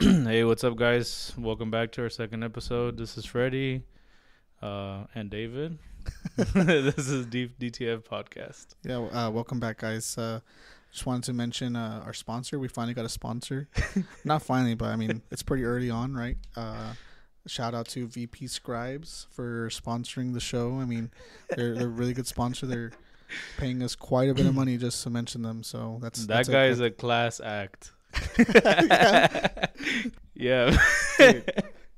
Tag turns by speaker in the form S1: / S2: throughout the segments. S1: hey, what's up, guys? Welcome back to our second episode. This is Freddie uh, and David. this is D- DTF podcast.
S2: Yeah, w- uh, welcome back, guys. Uh, just wanted to mention uh, our sponsor. We finally got a sponsor. Not finally, but I mean, it's pretty early on, right? Uh, shout out to VP Scribes for sponsoring the show. I mean, they're they're a really good sponsor. They're paying us quite a bit of money just to mention them. So that's
S1: That
S2: that's
S1: guy
S2: good-
S1: is a class act.
S2: Yeah.
S1: yeah.
S2: Dude,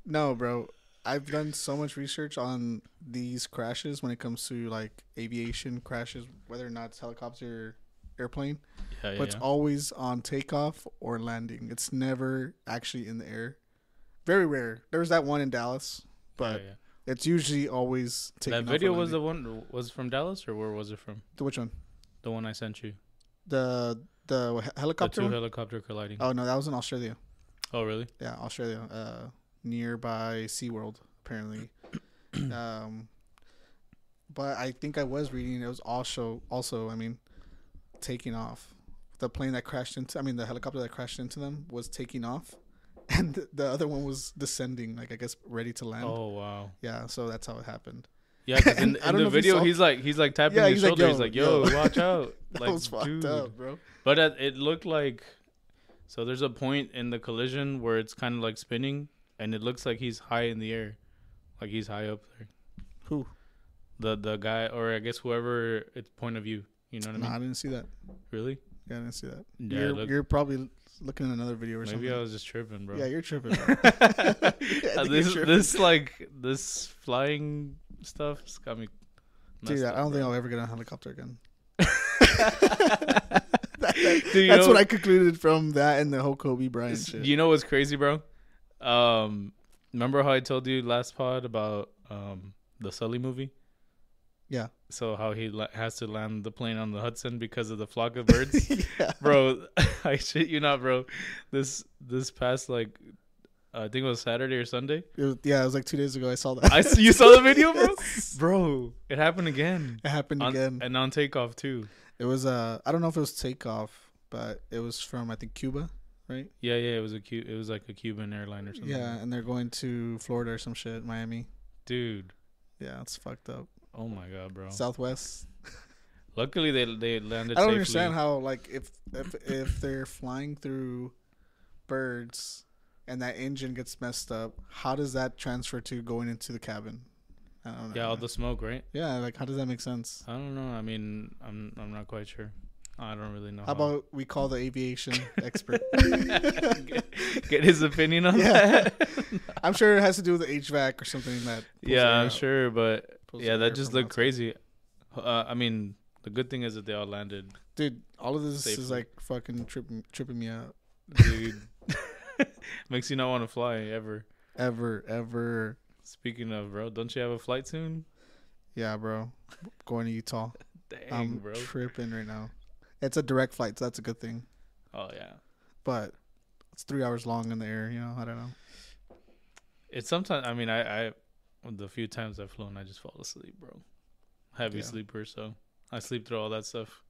S2: no, bro. I've done so much research on these crashes when it comes to like aviation crashes, whether or not it's helicopter, airplane.
S1: Yeah,
S2: but it's
S1: yeah.
S2: always on takeoff or landing. It's never actually in the air. Very rare. There was that one in Dallas, but
S1: Yeah, yeah.
S2: it's usually always taking
S1: that
S2: off or
S1: video was the
S2: landing.
S1: one was from Dallas or where was it from?
S2: The- which one?
S1: The one I sent you.
S2: The the he- helicopter.
S1: The two
S2: one?
S1: helicopter colliding.
S2: oh no, that was in Australia.
S1: oh really?
S2: Yeah, Australia. Uh, nearby SeaWorld apparently. um, but I think I was reading it was also also I mean, taking off. The plane that crashed into I mean the helicopter that crashed into them was taking off, and th- the other one was descending. Like I guess ready to land.
S1: Oh wow.
S2: Yeah, so that's how it happened.
S1: Yeah, 'cause in,
S2: And I
S1: in
S2: don't know
S1: the
S2: if you
S1: video,
S2: saw-
S1: he's like he's like tapping
S2: Yeah,
S1: his
S2: he's like,
S1: shoulder. he's
S2: "Yo,
S1: like, "Yo,
S2: yo."
S1: watch out!"
S2: That
S1: like,
S2: was fucked
S1: dude.
S2: up, bro.
S1: But it, it looked like so. There's a point in the collision where it's kind of like spinning, and it looks like he's high in the air, like he's high up there.
S2: Who?
S1: The the guy, or I guess whoever it's point of view. You know what
S2: No,
S1: I mean?
S2: I didn't see that.
S1: Really?
S2: Yeah, I didn't see that.
S1: Yeah,
S2: you're,
S1: look-
S2: you're probably looking at another video or
S1: Maybe I
S2: something.
S1: was just tripping, bro.
S2: Yeah, you're tripping. Bro.
S1: Uh,
S2: you're
S1: this
S2: tripping.
S1: this like this flying stuff has got me.
S2: Dude,
S1: messed
S2: I
S1: up,
S2: don't
S1: bro.
S2: think I'll ever get on a helicopter again.
S1: Dude, you
S2: That's
S1: know-
S2: what I concluded from that and the whole Kobe Bryant
S1: It's-
S2: shit.
S1: You know what's crazy, bro? Um, remember how I told you last pod about um the Sully movie?
S2: Yeah.
S1: So how he la- has to land the plane on the Hudson because of the flock of birds,
S2: yeah.
S1: bro. I shit you not, bro. This this past like, I think it was Saturday or Sunday.
S2: It was, yeah, it was like two days ago. I saw that.
S1: I s- you saw the video, bro?
S2: Yes.
S1: Bro, it happened again.
S2: It happened
S1: On-
S2: again.
S1: and on takeoff too.
S2: It was uh, I don't know if it was takeoff, but it was from I think Cuba, right?
S1: Yeah, yeah, it was a Cu- it was like a Cuban airline or something.
S2: Yeah, and they're going to Florida or some shit, Miami.
S1: dude.
S2: Yeah, it's fucked up.
S1: Oh my god, bro.
S2: Southwest.
S1: Luckily, they they landed.
S2: I don't
S1: safely.
S2: understand how like if if if they're flying through birds and that engine gets messed up, how does that transfer to going into the cabin? I don't know.
S1: Yeah, all the smoke, right?
S2: Yeah, like how does that make sense?
S1: I don't know. I mean, I'm I'm not quite sure. I don't really know.
S2: How about we call the aviation expert?
S1: get, get his opinion on
S2: Yeah.
S1: that?
S2: I'm sure it has to do with the HVAC or something that. pulls
S1: yeah,
S2: air
S1: I'm
S2: out-
S1: sure, but
S2: pulls
S1: yeah,
S2: the
S1: that
S2: air
S1: just
S2: from
S1: looked crazy. Uh, I mean, the good thing is that they all landed,
S2: outside. Dude, all of this
S1: Safely.
S2: is like fucking tripping tripping me out.
S1: dude. Makes you not want to fly ever.
S2: Ever, ever.
S1: Speaking of, bro, don't you have a flight soon?
S2: Yeah, bro. Going to Utah.
S1: Dang,
S2: I'm
S1: bro.
S2: tripping right now. It's a direct flight, so that's a good thing.
S1: oh yeah.
S2: But it's three hours long in the air. You know, I don't know.
S1: It's sometimes. I mean, I, I the few times I've flown, I just fall asleep, bro. Heavy
S2: Yeah.
S1: sleeper, so I sleep through all that stuff.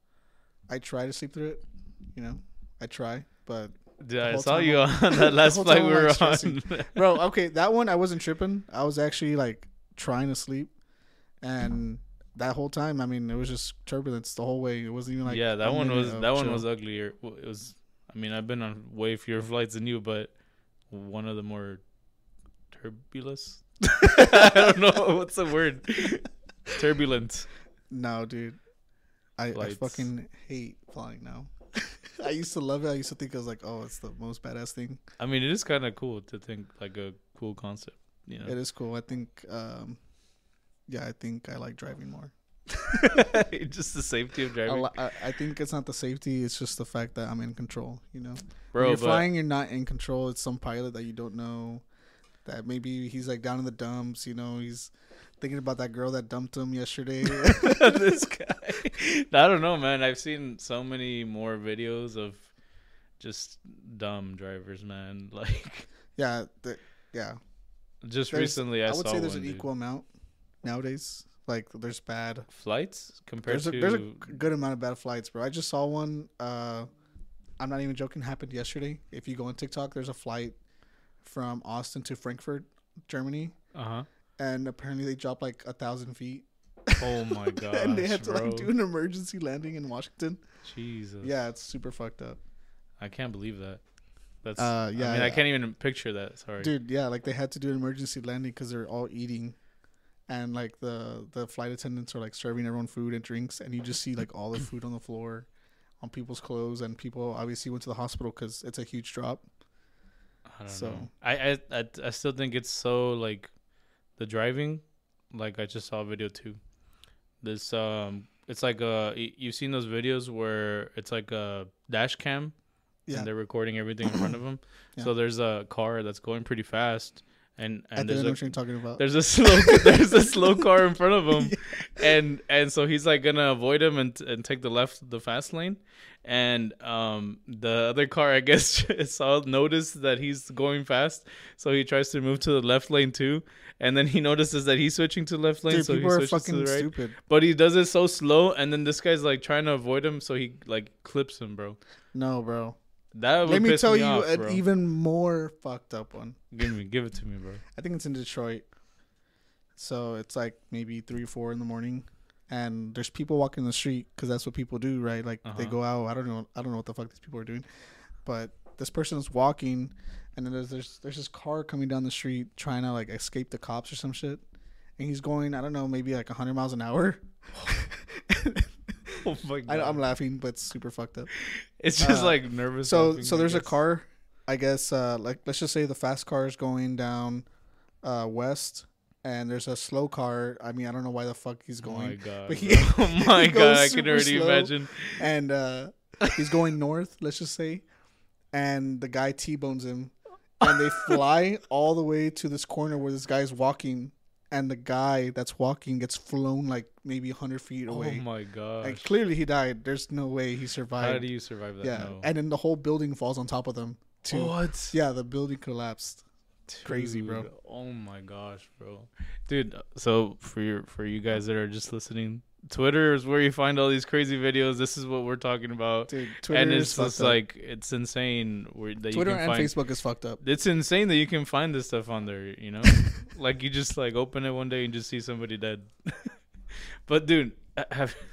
S2: I try to sleep through it. You know, I try, but
S1: Dude, I
S2: whole
S1: saw
S2: time
S1: you
S2: I'm-
S1: on that
S2: the
S1: last
S2: whole
S1: flight
S2: time
S1: we
S2: I'm,
S1: were
S2: like, stressing.
S1: on.
S2: bro okay that one i wasn't tripping i was actually like trying to sleep and that whole time i mean it was just turbulence the whole way it wasn't even like
S1: yeah,
S2: a
S1: that one
S2: minute
S1: was
S2: of
S1: that one
S2: chill.
S1: was uglier. Well, It was. I mean, I've been on way fewer flights than you, but one of the more turbulence. I don't know what's the word. Turbulent.
S2: no dude I, I
S1: Flights.
S2: fucking hate flying now i used to love it i used to think i was like oh it's the most badass thing
S1: I mean, it is kind of cool to think like a cool concept. You know.
S2: it is cool i think um yeah i think i like driving more
S1: just the safety of
S2: I,
S1: driving,
S2: li- I, I think it's not the safety it's just the fact that i'm in control you know
S1: bro.
S2: when you're
S1: but
S2: flying, you're not in control. It's some pilot that you don't know. That maybe he's like down in the dumps. You know, he's thinking about that girl that dumped him yesterday.
S1: this guy. I don't know, man. I've seen so many more videos of just dumb drivers, man. Like
S2: yeah, th- yeah.
S1: just
S2: There's-
S1: recently, I,
S2: I, would
S1: saw
S2: say there's
S1: one,
S2: an
S1: dude.
S2: equal amount nowadays. Like there's bad.
S1: flights compared
S2: There's a,
S1: to
S2: there's a good amount of bad flights, bro. I just saw one. Uh, I'm not even joking. Happened yesterday. If you go on TikTok, there's a flight from Austin to Frankfurt, Germany,
S1: Uh huh.
S2: and apparently they dropped like a thousand feet,
S1: Oh my gosh,
S2: and they had to
S1: bro.
S2: like do an emergency landing in Washington.
S1: Jesus.
S2: Yeah, it's super fucked up,
S1: I can't believe that. That's.
S2: Uh,
S1: I
S2: yeah,
S1: mean, I
S2: yeah.
S1: can't even picture that. Sorry.
S2: dude. Yeah, like they had to do an emergency landing because they're all eating, and like the the flight attendants are like serving everyone food and drinks, and you just see like all the food on the floor, on people's clothes, and people obviously went to the hospital because it's a huge drop.
S1: I don't
S2: So-
S1: know. I, I I I still think it's so like the driving. Like I just saw a video too. This um, it's like uh, y- you've seen those videos where it's like a dash cam,
S2: Yeah.
S1: and they're recording everything in front of them. So there's a car that's going pretty fast, and
S2: I
S1: and
S2: think I
S1: there's
S2: know
S1: a
S2: what you're talking about.
S1: there's a slow there's a slow car in front of him and and so he's like gonna avoid him and and take the left the fast lane and um the other car i guess saw noticed that he's going fast so he tries to move to the left lane too and then he notices that he's switching to left lane
S2: Dude,
S1: so he
S2: people are
S1: switches
S2: fucking
S1: to the right
S2: stupid.
S1: but he does it so slow and then this guy's like trying to avoid him so he like clips him bro
S2: No, bro.
S1: that would
S2: Let me
S1: piss
S2: tell
S1: me
S2: you
S1: off,
S2: an
S1: bro.
S2: even more fucked up one.
S1: give me give it to me bro
S2: I think it's in Detroit. So it's like maybe three or four in the morning, and there's people walking the street because that's what people do, right? Like they
S1: Uh-huh.
S2: go out. I don't know. I don't know what the fuck these people are doing, but this person's walking, and then there's there's, there's this car coming down the street trying to like escape the cops or some shit, and he's going I don't know maybe like 100 miles an hour.
S1: oh my
S2: I,
S1: god
S2: I'm laughing, but it's super fucked up.
S1: it's just
S2: uh,
S1: like nervous
S2: so
S1: laughing,
S2: so
S1: I
S2: there's a
S1: guess.
S2: car i guess uh like let's just say the fast car is going down uh west and there's a slow car i mean i don't know why the fuck he's
S1: Oh my
S2: going
S1: god.
S2: But
S1: bro.
S2: he-
S1: oh my
S2: he
S1: god,
S2: goes
S1: I can
S2: super
S1: already
S2: slow.
S1: imagine.
S2: and uh he's going north let's just say and the guy t-bones him and they fly all the way to this corner where this guy's walking and the guy that's walking gets flown like maybe 100 feet
S1: Oh
S2: away
S1: my god.
S2: and clearly he died there's no way he
S1: How
S2: survived
S1: do you survive that?
S2: yeah
S1: No.
S2: and then the whole building falls on top of them too
S1: What?
S2: yeah the building collapsed crazy, bro.
S1: Dude, Oh my gosh, bro. Dude, so for your for you guys that are just listening, Twitter is where you find all these crazy videos. This is what we're talking about.
S2: Dude, Twitter
S1: and
S2: is
S1: it's
S2: fucked
S1: just
S2: up.
S1: like it's insane where that
S2: Twitter
S1: you can
S2: and
S1: find
S2: Facebook is fucked up.
S1: it's insane that you can find this stuff on there, you know? like you just like open it one day and just see somebody dead. but dude, I- have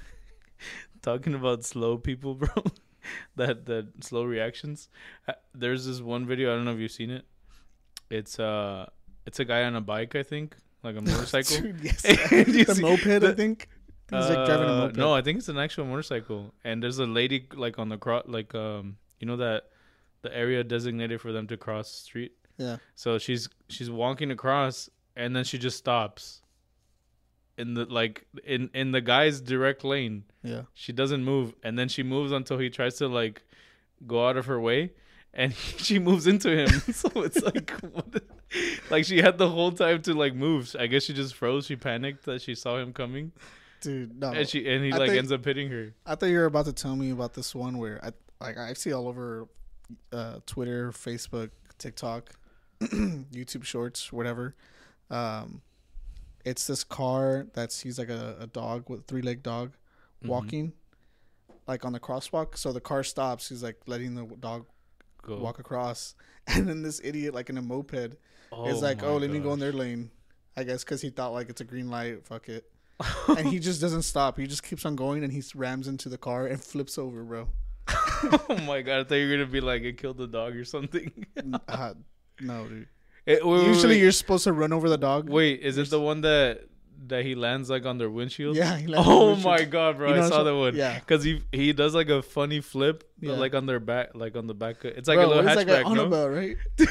S1: talking about slow people, bro. that that slow reactions. uh, There's this one video, I don't know if you've seen it. It's uh it's a guy on a bike, I think, like a motorcycle.
S2: Dude, yes.
S1: And you
S2: the
S1: see-
S2: moped, I
S1: the-
S2: think. He's like driving a
S1: Uh,
S2: moped.
S1: No, I think it's an actual motorcycle. And there's a lady like on the cross, like um, you know that the area designated for them to cross the street.
S2: Yeah.
S1: So she's she's walking across, and then she just stops. In the like in in the guy's direct lane,
S2: Yeah.
S1: she doesn't move, and then she moves until he tries to like go out of her way, and she moves into him. so it's like, what? like she had the whole time to like move. I guess she just froze. She panicked that she saw him coming
S2: Dude, no.
S1: and she and he
S2: I
S1: like
S2: think-
S1: ends up hitting her.
S2: I thought you were about to tell me about this one where I like I see all over uh, Twitter, Facebook, TikTok, YouTube Shorts, whatever. Um, it's this car that sees like a, a dog with three legged dog
S1: Mm-hmm.
S2: walking, like on the crosswalk. So the car stops. He's like letting the dog
S1: Go.
S2: walk across, and then this idiot like in a moped It's like,
S1: my
S2: oh, let me go
S1: gosh.
S2: in their lane. I guess because he thought like it's a green light. Fuck it. and he just doesn't stop. He just keeps on going and he rams into the car and flips over, bro.
S1: oh my god! I thought you were gonna be like it killed the dog or something.
S2: N- uh, no, dude.
S1: It- Eh, wait, wait,
S2: Usually
S1: wait,
S2: you're supposed to run over the dog.
S1: wait, is it the one that that he lands like on their windshield?
S2: Yeah. He lands on the
S1: Oh
S2: windshield.
S1: my god, bro!
S2: You know
S1: I
S2: what
S1: saw
S2: I'm
S1: that
S2: saying?
S1: one.
S2: Yeah.
S1: because he he does like a funny flip,
S2: Yeah.
S1: like on their back, like on the back. It's like
S2: Bro,
S1: a little
S2: what is that guy
S1: hatchback.
S2: on
S1: no?
S2: about, right?
S1: Dude,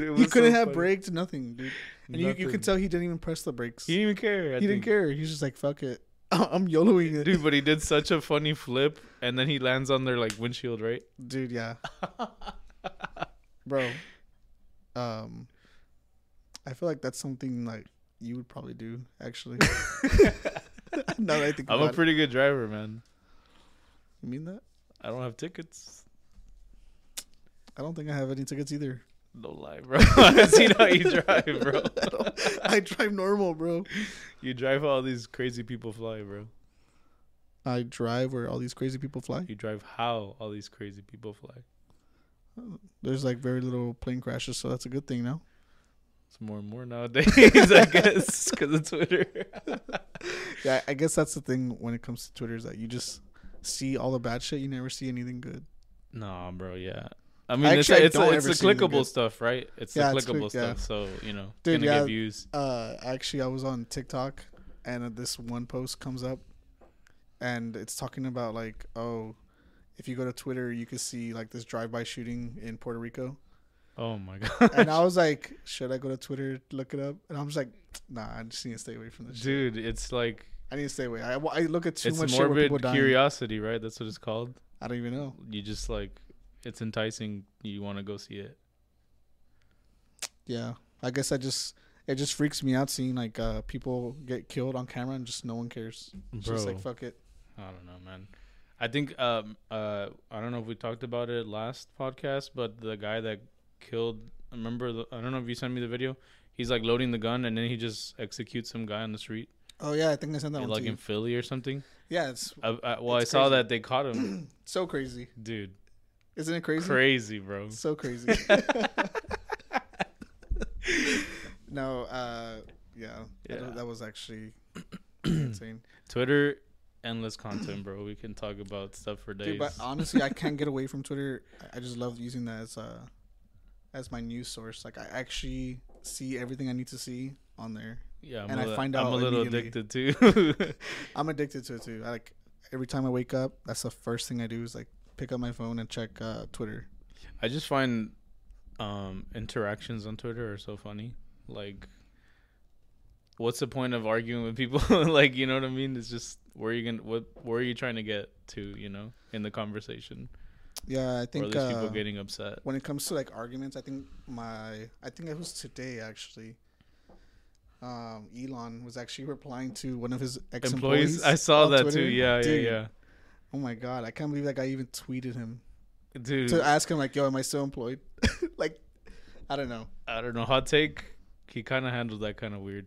S1: it was
S2: He couldn't
S1: so
S2: have
S1: funny.
S2: braked, nothing, dude. And you, you
S1: Nothing.
S2: could tell he didn't even press the brakes.
S1: He
S2: He,
S1: didn't even care. I
S2: didn't
S1: think.
S2: care. He's just like, fuck it. I'm YOLOing it. Dude,
S1: dude. But he did such a funny flip, and then he lands on their like windshield, right?
S2: yeah. Bro. Um I feel like that's something like you would probably do, actually. now that I think
S1: I'm
S2: about
S1: a
S2: it.
S1: pretty good driver, man.
S2: You mean that?
S1: I don't have tickets.
S2: I don't think I have any tickets either.
S1: No lie, bro. I seen how you drive, bro.
S2: I, don't- I drive normal, bro.
S1: You drive how all these crazy people fly, bro.
S2: I drive where all these crazy people fly.
S1: You drive how all these crazy people fly.
S2: There's like very little plane crashes, so that's a good thing now.
S1: It's more and more nowadays, I guess, because of Twitter.
S2: Yeah, I guess that's the thing when it comes to Twitter is that you just see all the bad shit, you never see anything good.
S1: nah, bro. Yeah. I mean,
S2: Actually, I
S1: it's,
S2: don't
S1: a, it's,
S2: ever
S1: it's
S2: see
S1: the
S2: anything
S1: clickable
S2: good.
S1: stuff, right? It's
S2: Yeah,
S1: the
S2: it's
S1: clickable
S2: click- yeah.
S1: stuff. So you know,
S2: Dude,
S1: gonna
S2: yeah.
S1: get views.
S2: Uh, actually, I was on TikTok, and uh, this one post comes up, and it's talking about like, oh, if you go to Twitter, you could see like this drive-by shooting in Puerto Rico,
S1: Oh my
S2: and
S1: god,
S2: I was like, should I go to Twitter to look it up? And I'm just like, nah, I just need to stay away from this. Shit.
S1: dude, it's like
S2: I need to stay away. I, I look at too much
S1: it's
S2: shit where
S1: morbid
S2: people dying.
S1: curiosity, right? That's what it's called.
S2: I don't even know.
S1: You just like it's enticing. You want to go see it.
S2: Yeah, I guess I just it just freaks me out seeing like uh, people get killed on camera and just no one cares. It's
S1: Bro,
S2: Just like fuck it.
S1: I don't know, man. I think um uh I don't know if we talked about it last podcast, but the guy that killed remember the, I don't know if you sent me the video. He's like loading the gun and then he just executes some guy on the street,
S2: Oh yeah, I think I sent that one
S1: like
S2: to you.
S1: in Philly or something.
S2: yeah, it's
S1: I, I, well,
S2: It's
S1: I saw
S2: crazy.
S1: that they caught him,
S2: so crazy.
S1: dude.
S2: Isn't it crazy?
S1: Crazy, bro.
S2: so crazy. no, uh, yeah, I
S1: Yeah.
S2: don't- that was actually insane.
S1: Twitter, endless content, bro. We can talk about stuff for days.
S2: Dude, but honestly, I can't get away from Twitter. I- I just love using that as uh, as my news source. Like, I actually see everything I need to see on there.
S1: yeah, I'm
S2: and
S1: a
S2: I
S1: li-
S2: find
S1: I'm
S2: out
S1: a little
S2: immediately.
S1: addicted too.
S2: I'm addicted to it too. I, like every time I wake up, that's the first thing I do is like pick up my phone and check uh, Twitter.
S1: I just find um, interactions on Twitter are so funny. Like, what's the point of arguing with people? like, you know what I mean? It's just where you gonna what where are you trying to get to? You know, in the conversation,
S2: Yeah, I
S1: or at
S2: think
S1: least
S2: uh,
S1: people getting upset.
S2: when it comes to like arguments, I think my I think it was today actually. Um, Elon was actually replying to one of his ex
S1: Employees, I saw that too. Yeah, yeah, yeah.
S2: Oh my god, I can't believe that guy even tweeted him
S1: Dude,
S2: to ask him like, "Yo, am I still employed?" like, I don't know.
S1: I don't know. Hot take. He kind of handled that kind of weird.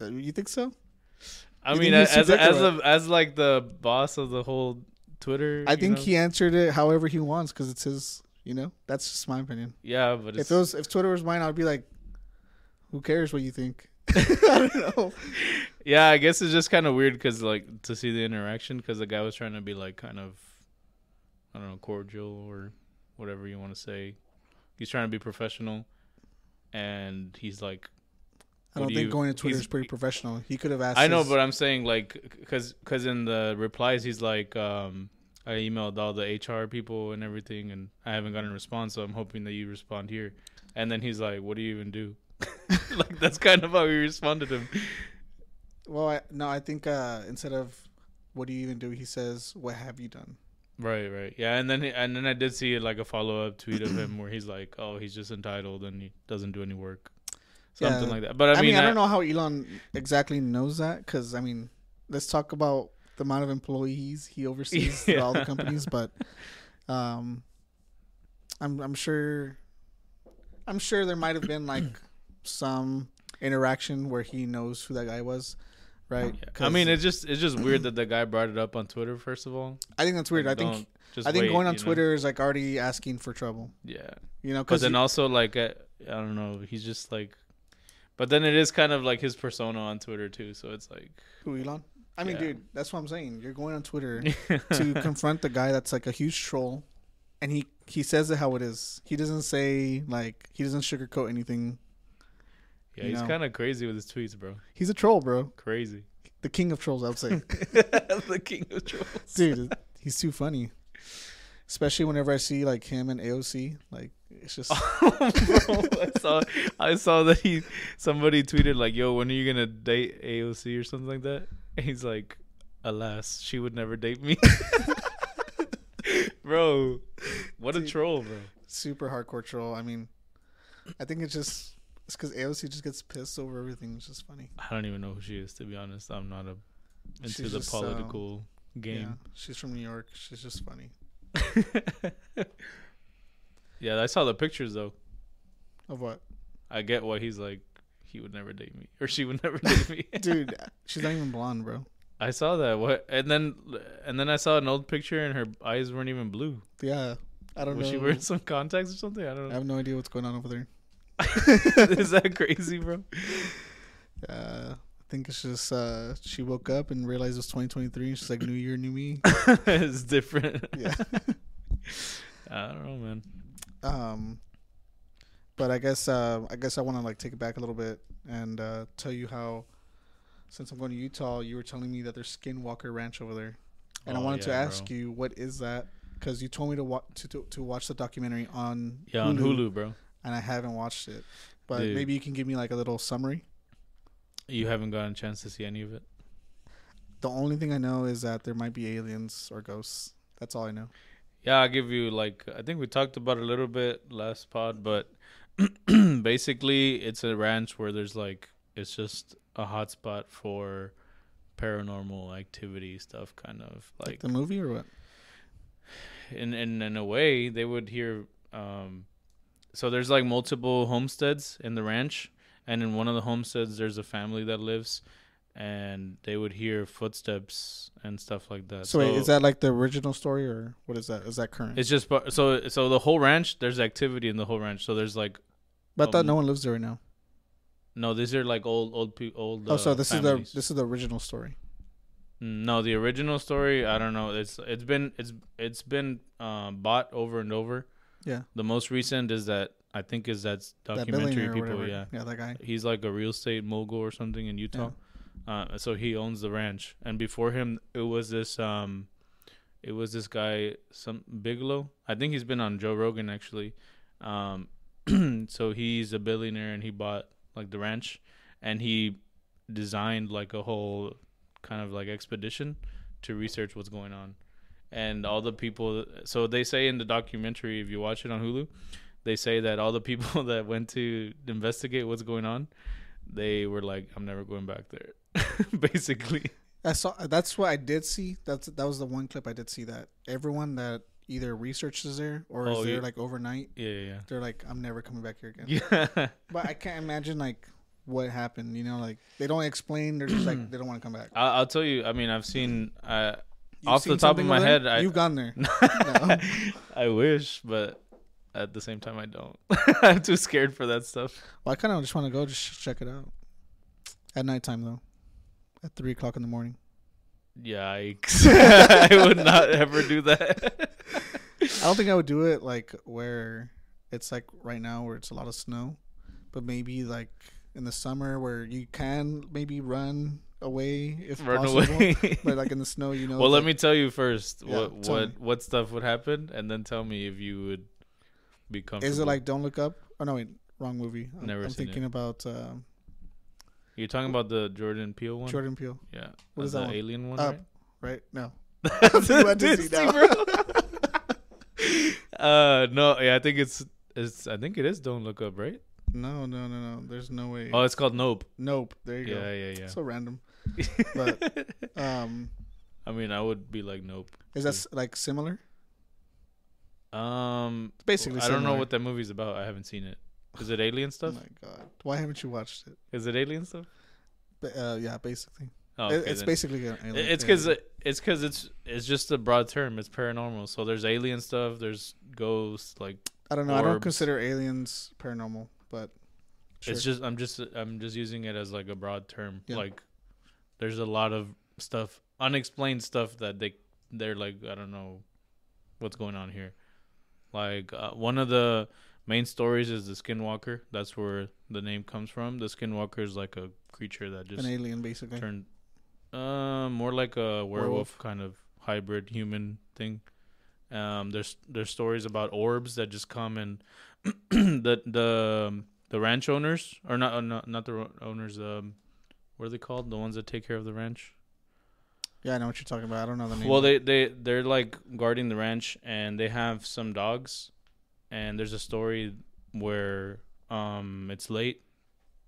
S2: Uh, You think so?
S1: I
S2: You
S1: mean,
S2: think he
S1: as
S2: was
S1: as
S2: subjective
S1: a, as like the boss of the whole Twitter.
S2: I
S1: you
S2: think
S1: know?
S2: he answered it however he wants because it's his. You know, that's just my opinion.
S1: Yeah, but it's,
S2: If it was if Twitter was mine, I'd be like, "Who cares what you think?" I don't know.
S1: yeah, I guess it's just kind of weird because like to see the interaction because the guy was trying to be like kind of, I don't know, cordial or whatever you want to say. He's trying to be professional, and he's like,
S2: I
S1: What
S2: don't
S1: do
S2: think
S1: you-
S2: going to Twitter
S1: he's-
S2: is pretty professional. He could have asked.
S1: I know,
S2: his-
S1: but I'm saying like because because in the replies he's like, um, I emailed all the HR people and everything, and I haven't gotten a response, so I'm hoping that you respond here. And then he's like, "What do you even do?" like that's kind of how he responded to him.
S2: Well, I, no, I think uh, instead of what do you even do, he says, "What have you done?"
S1: Right, right, yeah, and then and then I did see like a follow up tweet of him where he's like, "Oh, he's just entitled and he doesn't do any work," something
S2: Yeah.
S1: like that. But
S2: I
S1: I mean,
S2: mean, I,
S1: I
S2: don't know how Elon exactly knows that because I mean, let's talk about the amount of employees he oversees at all the
S1: Yeah.
S2: companies, but um, I'm I'm sure, I'm sure there might have been like some interaction where he knows who that guy was, right?
S1: I
S2: 'Cause
S1: mean, it's just it's just weird that the guy brought it up on Twitter. First of all,
S2: I think that's weird. I think
S1: Don't- just
S2: I think
S1: wait,
S2: going on
S1: you know?
S2: Twitter is like already asking for trouble,
S1: yeah.
S2: you know?
S1: But
S2: Because
S1: then also like I, I don't know, he's just like but then it is kind of like his persona on Twitter too, so it's like
S2: Who Elon? I mean,
S1: Yeah.
S2: dude, that's what I'm saying. You're going on Twitter to confront the guy that's like a huge troll, and he he says it how it is. He doesn't say like he doesn't sugarcoat anything.
S1: Yeah,
S2: you
S1: he's
S2: know.
S1: kind of crazy with his tweets, bro.
S2: He's a troll, bro.
S1: Crazy.
S2: The king of trolls, I would say,
S1: the king of trolls.
S2: dude. He's too funny. Especially whenever I see like him and AOC, like it's just
S1: bro, I saw I saw that he somebody tweeted like, "Yo, when are you going to date AOC or something like that?" And he's like, "Alas, she would never date me." bro, what a
S2: Dude.
S1: troll, bro.
S2: super hardcore troll. I mean, I think it's just it's because AOC just gets pissed over everything. It's just funny.
S1: I don't even know who she is to be honest. I'm not a into
S2: She's
S1: the
S2: just, uh,
S1: political
S2: Yeah,
S1: game.
S2: she's from New York. She's just funny.
S1: Yeah. I saw the pictures though.
S2: Of what,
S1: I get why he's like he would never date me or she would never date me.
S2: dude? she's not even blonde, bro.
S1: I saw that. What? And then and then I saw an old picture and her eyes weren't even blue.
S2: Yeah, I don't
S1: Was
S2: know.
S1: she wearing some contacts or something? I
S2: I
S1: don't
S2: have no idea what's going on over there.
S1: know. Is that crazy, bro?
S2: Uh, I think it's just uh, she woke up and realized it was 2023, and she's like, "New year, new me."
S1: it's different.
S2: yeah.
S1: I don't know, man.
S2: Um, but I guess uh, I guess I want to like take it back a little bit and uh, tell you how, since I'm going to Utah, you were telling me that there's Skinwalker Ranch over there, and I
S1: Oh,
S2: wanted to
S1: yeah,
S2: ask
S1: bro.
S2: you what is that because you told me to watch to, to to watch the documentary on
S1: Yeah, on Hulu, bro.
S2: and I haven't watched it, but
S1: Dude.
S2: maybe you can give me like a little summary.
S1: You haven't gotten a chance to see any of it.
S2: The only thing I know is that there might be aliens or ghosts. That's all I know.
S1: Yeah, I'll give you like I think we talked about it a little bit last pod, but basically it's a ranch where there's like it's just a hotspot for paranormal activity stuff kind of
S2: Like,
S1: like
S2: the movie or what?
S1: in in, in a way they would hear um so there's like multiple homesteads in the ranch and in one of the homesteads there's a family that lives and they would hear footsteps and stuff like that.
S2: So, wait, is that like the original story or what is that? Is that current?
S1: It's just bu- so so the whole ranch. There's activity in the whole ranch. So there's like
S2: but I thought
S1: um,
S2: no one lives there right now.
S1: no. These are like old old people. Old.
S2: oh, so
S1: uh,
S2: this
S1: families. Mm,
S2: is the this is the original story.
S1: no. The original story. I don't know. It's it's been it's it's been um, bought over and over.
S2: Yeah.
S1: The most recent is that I think is that
S2: That
S1: documentary
S2: billionaire or
S1: people.
S2: whatever.
S1: Yeah.
S2: yeah, that guy.
S1: He's like a real estate mogul or something in Utah. Uh, so he owns the ranch, and before him, it was this um, it was this guy some Bigelow. I think he's been on Joe Rogan actually. Um, so he's a billionaire, and he bought like the ranch, and he designed like a whole kind of like expedition to research what's going on. And all the people, so they say in the documentary, if you watch it on Hulu, they say that all the people that went to investigate what's going on, they were like, "I'm never going back there." Basically,
S2: I saw that's what I did see. That's that was the one clip I did see that everyone that either researches there or
S1: Oh,
S2: is there
S1: yeah.
S2: like overnight,
S1: yeah,
S2: they're like, I'm never coming back here again.
S1: yeah, yeah. yeah.
S2: But I can't imagine like what happened. You know, like they don't explain. They're just like they don't want to come back.
S1: I'll, I'll tell you. I mean, I've seen uh,
S2: You've
S1: off the
S2: seen
S1: top of
S2: something
S1: my
S2: over
S1: head.
S2: there?
S1: I,
S2: you've gone there.
S1: I wish, but at the same time, I don't. I'm too scared for that stuff.
S2: Well, I kind of just want to go just sh- check it out. At nighttime though, at three o'clock in the morning.
S1: Yikes! I would not ever do that.
S2: I don't think I would do it like where it's like right now where it's a lot of snow, but maybe like in the summer where you can maybe run away if
S1: Run
S2: possible.
S1: away.
S2: but like in the snow, you know.
S1: Well, let me
S2: like-
S1: tell you first
S2: Yeah,
S1: what
S2: tell
S1: what
S2: me.
S1: what stuff would happen, and then tell me if you would be comfortable.
S2: Is it like Don't Look Up? Oh no, wait, wrong movie. I'm,
S1: Never
S2: I'm
S1: seen
S2: thinking about um,
S1: you're talking about the Jordan Peele one?
S2: Jordan Peele.
S1: Yeah, Uh,
S2: What is
S1: the
S2: that one? Uh,
S1: alien one?
S2: Up, right? No.
S1: right?
S2: I'm too glad to see
S1: Disney,
S2: now.
S1: bro. uh, no, yeah, I think it's it's I think it is. Don't look up, right?
S2: No, no, no, no. There's no way.
S1: Oh, it's called Nope.
S2: nope. There you
S1: Yeah,
S2: go.
S1: yeah, yeah.
S2: So random. But um,
S1: I mean, I would be like Nope.
S2: is that s- like similar?
S1: Um,
S2: Basically
S1: I don't know
S2: similar.
S1: what that movie's about. I haven't seen it. Is it alien
S2: Oh
S1: stuff?
S2: my god. Why haven't you watched it?
S1: Is it alien stuff?
S2: But, uh, yeah, basically.
S1: Oh,
S2: It-
S1: okay,
S2: it's
S1: then.
S2: basically an
S1: It-
S2: alien
S1: It's
S2: theory.
S1: because it's because it's it's just a broad term. It's paranormal. So there's alien stuff. There's ghosts. Like
S2: I don't know. I don't
S1: orbs.
S2: consider aliens paranormal, but sure.
S1: it's just I'm just I'm just using it as like a broad term.
S2: Yeah.
S1: Like there's a lot of stuff unexplained stuff that they they're like I don't know what's going on here. Like uh, one of the main stories is the skinwalker. That's where the name comes from. The skinwalker is like a creature that just
S2: an alien basically.
S1: turned uh more like a werewolf,
S2: Werewolf.
S1: kind of hybrid human thing um there's there's stories about orbs that just come and the the um, the ranch owners or not uh, not, not the ro- owners um what are they called the ones that take care of the ranch
S2: Yeah, I know what you're talking about. I don't know the name.
S1: well they they they're like guarding the ranch and they have some dogs and there's a story where um it's late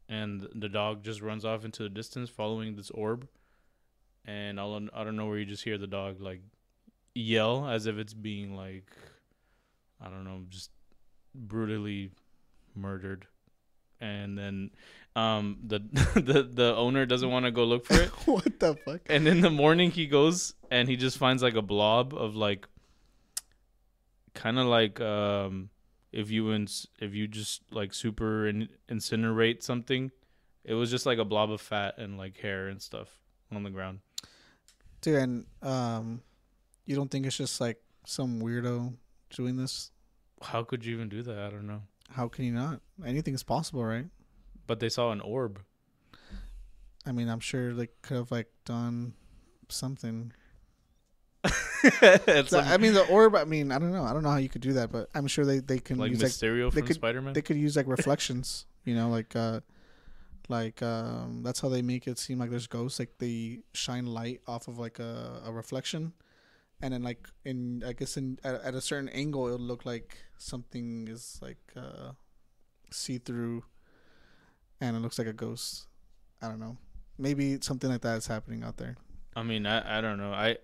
S1: and the dog just runs off into the distance following this orb and all on- i don't know where you just hear the dog like yell as if it's being like i don't know just brutally murdered and then um the the the owner doesn't want to go look for it
S2: what the fuck?
S1: and in the morning he goes and he just finds like a blob of like kind of like um, if you ins- if you just like super in- incinerate something, it was just like a blob of fat and like hair and stuff on the ground.
S2: Dude, and um, you don't think it's just like some weirdo doing this?
S1: How could you even do that? I don't know.
S2: How can you not? Anything's possible, right?
S1: But they saw an orb.
S2: I mean, I'm sure they could have like done something.
S1: it's
S2: So,
S1: like,
S2: I mean, the orb. I mean, I don't know. I don't know how you could do that, but I'm sure they they can
S1: like
S2: use like
S1: Mysterio
S2: they
S1: from
S2: could-
S1: Spider Man.
S2: they could use like reflections. You know, like uh, like um, that's how they make it seem like there's ghosts. Like they shine light off of like a, a reflection, and then like in I guess in at, at a certain angle it'll look like something is like uh, see through, and it looks like a ghost. I don't know. Maybe something like that is happening out there.
S1: I mean, I, I don't know. I,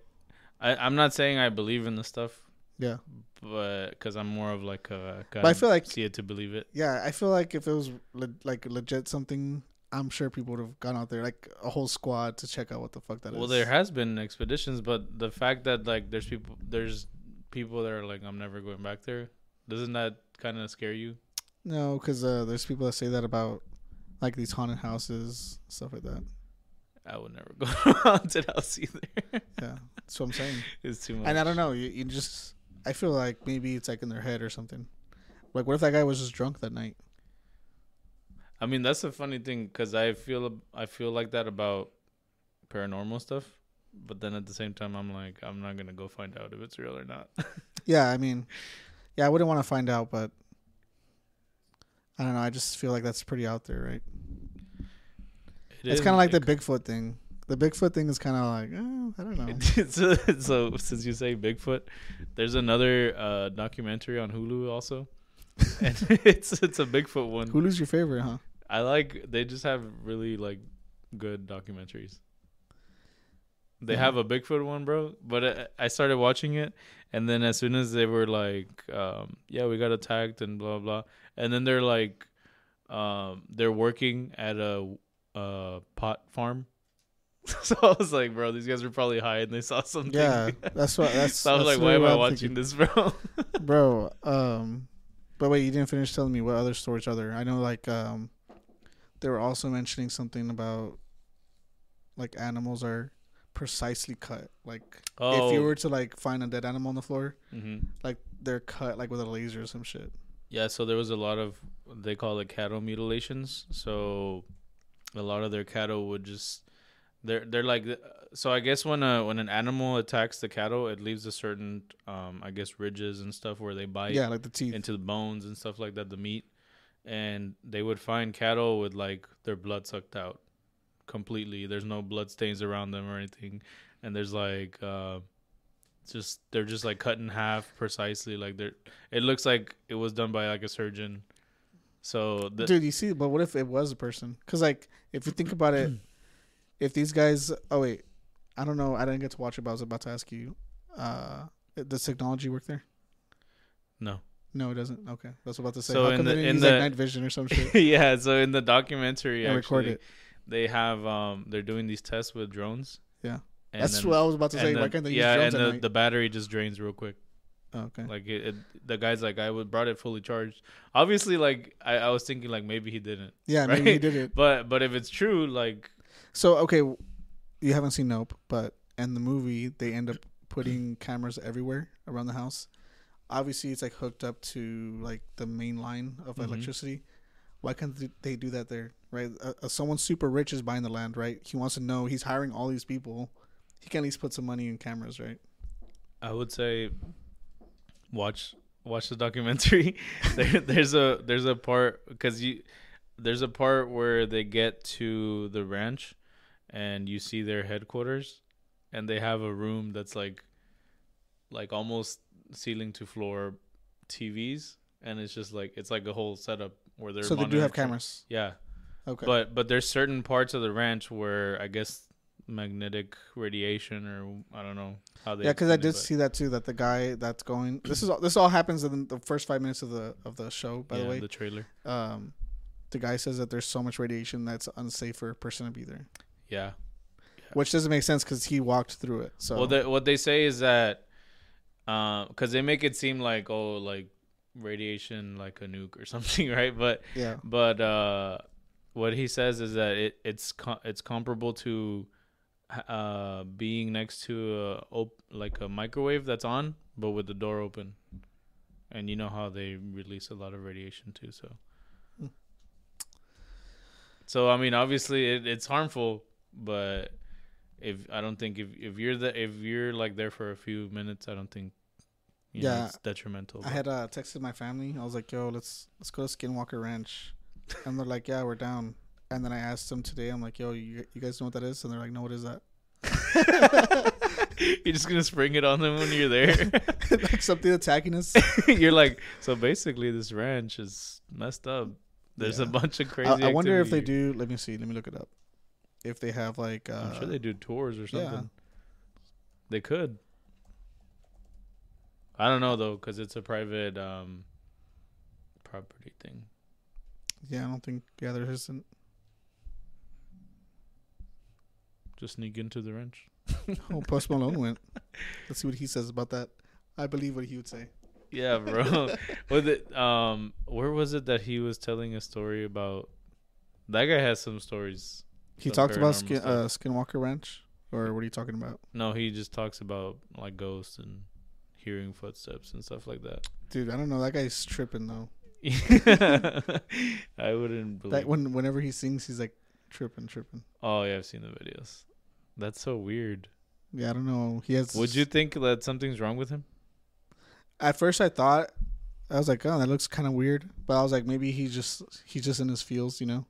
S1: I I'm not saying I believe in the stuff,
S2: Yeah.
S1: but because I'm more of like a
S2: But I feel like
S1: see it to believe it.
S2: yeah, I feel like if it was le- like legit something, I'm sure people would have gone out there like a whole squad to check out what the fuck that is.
S1: well, there has been expeditions, but the fact that like there's people there's people that are like I'm never going back there. Doesn't that kind of scare you?
S2: no, because uh, there's people that say that about like these haunted houses, stuff like that.
S1: I would never go to a haunted house either.
S2: Yeah, that's what I'm saying.
S1: it's too much.
S2: and I don't know. You, you just, I feel like maybe it's like in their head or something. Like, what if that guy was just drunk that night?
S1: I mean, that's the funny thing because I feel I feel like that about paranormal stuff, but then at the same time, I'm like, I'm not gonna go find out if it's real or not.
S2: Yeah, I mean, yeah, I wouldn't want to find out, but I don't know. I just feel like that's pretty out there, right? it's kind of like the Bigfoot thing. The Bigfoot thing is kind of like, eh, I don't know.
S1: so, so since you say Bigfoot, there's another uh, documentary on Hulu also, and it's it's a Bigfoot one.
S2: Hulu's your favorite, huh?
S1: I like they just have really like good documentaries. They
S2: Yeah.
S1: have a Bigfoot one, bro. But I, I started watching it, and then as soon as they were like, um, "Yeah, we got attacked," and blah blah, and then they're like, um, they're working at a, a pot farm. so I was like, "Bro, these guys were probably high and they saw something."
S2: Yeah, that's what. That's.
S1: so I was
S2: that's
S1: like, "Why am
S2: what
S1: I
S2: I'm
S1: watching this, bro?"
S2: thinking. bro? Um, but wait, you didn't finish telling me what other stories are there. I know, like, um, they were also mentioning something about, like, animals are precisely cut. Like, if
S1: Oh,
S2: you were to like find a dead animal on the floor,
S1: hmm
S2: like they're cut like with a laser or some shit.
S1: Yeah, so there was a lot of they call it cattle mutilations. So a lot of their cattle would just they're they're like uh, so I guess when a when an animal attacks the cattle, it leaves a certain um I guess ridges and stuff where they bite
S2: yeah, like the teeth.
S1: into the bones and stuff like that, the meat. And they would find cattle with like their blood sucked out completely. There's no blood stains around them or anything. And there's like uh just they're just like cut in half precisely. Like they're it looks like it was done by like a surgeon. So the
S2: Dude, you see, but what if it was a person? Because like, if you think about it, if these guys, oh wait, I don't know, I didn't get to watch it, but I was about to ask you, uh, does technology work there?
S1: No.
S2: no, it doesn't. Okay, that's what I was about to say.
S1: So
S2: How
S1: in
S2: come
S1: the-
S2: they didn't
S1: in
S2: use
S1: the-
S2: like night vision or some shit
S1: yeah, so in the documentary
S2: and
S1: actually
S2: record it?
S1: they have um they're doing these tests with drones.
S2: Yeah.
S1: And
S2: that's
S1: then-
S2: what I was about to
S1: and
S2: say. Why
S1: then-
S2: can't they
S1: yeah,
S2: use drones
S1: and
S2: at
S1: the,
S2: night?
S1: the battery just drains real quick.
S2: oh, okay,
S1: Like it, it, the guy's like, I would brought it fully charged. Obviously, like I, I was thinking, like maybe he didn't.
S2: yeah, maybe
S1: right?
S2: he did it.
S1: But but if it's true, like
S2: So okay, w- you haven't seen Nope, but in the movie they end up putting cameras everywhere around the house. Obviously, it's like hooked up to like the main line of
S1: Mhm.
S2: electricity. Why can't th- they do that there? Right, uh, uh, someone super rich is buying the land. Right, he wants to know. He's hiring all these people. He can at least put some money in cameras. Right.
S1: I would say, watch watch the documentary. there, there's a there's a part because you there's a part where they get to the ranch, and you see their headquarters, and they have a room that's like, like almost ceiling to floor, TVs, and it's just like it's like a whole setup where they're
S2: so they do have
S1: monitoring-
S2: cameras.
S1: Yeah.
S2: Okay.
S1: But but there's certain parts of the ranch where I guess magnetic radiation or I don't know how they
S2: yeah, because I
S1: explain
S2: did
S1: it, but-
S2: see that too. That the guy that's going. This is all, this all happens in the first five minutes of the of the show. By
S1: yeah,
S2: the way,
S1: the trailer.
S2: um, the guy says that there's so much radiation that's unsafe for a person to be there,
S1: Yeah.
S2: which doesn't make sense because he walked through it. So
S1: Well, the, what they say is that because they make it seem like oh like radiation like a nuke or something right but
S2: Yeah.
S1: but uh what he says is that it it's co- it's comparable to uh being next to a op- like a microwave that's on but with the door open and you know how they release a lot of radiation too so
S2: Hmm.
S1: so i mean obviously it, it's harmful but if i don't think if if you're the if you're like there for a few minutes i don't think you know,
S2: Yeah,
S1: it's detrimental
S2: I had uh, texted my family. I was like, "Yo, let's let's go to Skinwalker Ranch," and they're like, "Yeah, we're down." And then I asked them today. I'm like, "Yo, you, you guys know what that is?" And they're like, "No, what is that?"
S1: you're just gonna spring it on them when you're there
S2: like something attacking us.
S1: you're like so basically this ranch is messed up there's a
S2: Yeah.
S1: bunch of crazy
S2: I, I wonder if they
S1: activity.
S2: do. Let me see. Let me look it up. If they have like, uh,
S1: i'm sure they do tours or
S2: yeah.
S1: something they could i don't know though because it's a private um property thing
S2: yeah, I don't think. Yeah, there isn't.
S1: just sneak into the ranch
S2: Oh, Post Malone went. Let's see what he says about that. I believe what he would say.
S1: yeah bro with it um where was it that he was telling a story about that guy has some stories
S2: He
S1: Some
S2: talked about
S1: paranormal
S2: skin, uh, Skinwalker Ranch, or what are you talking about,
S1: no he just talks about like ghosts and hearing footsteps and stuff like that
S2: dude? I don't know. That guy's tripping though.
S1: I wouldn't believe.
S2: That when whenever he sings, he's like tripping, tripping.
S1: oh yeah, I've seen the videos. That's so weird.
S2: Yeah, I don't know. He has.
S1: Would you think that something's wrong with him?
S2: At first, I thought I was like, oh, that looks kind of weird. But I was like, maybe he just he's just in his feels, you know?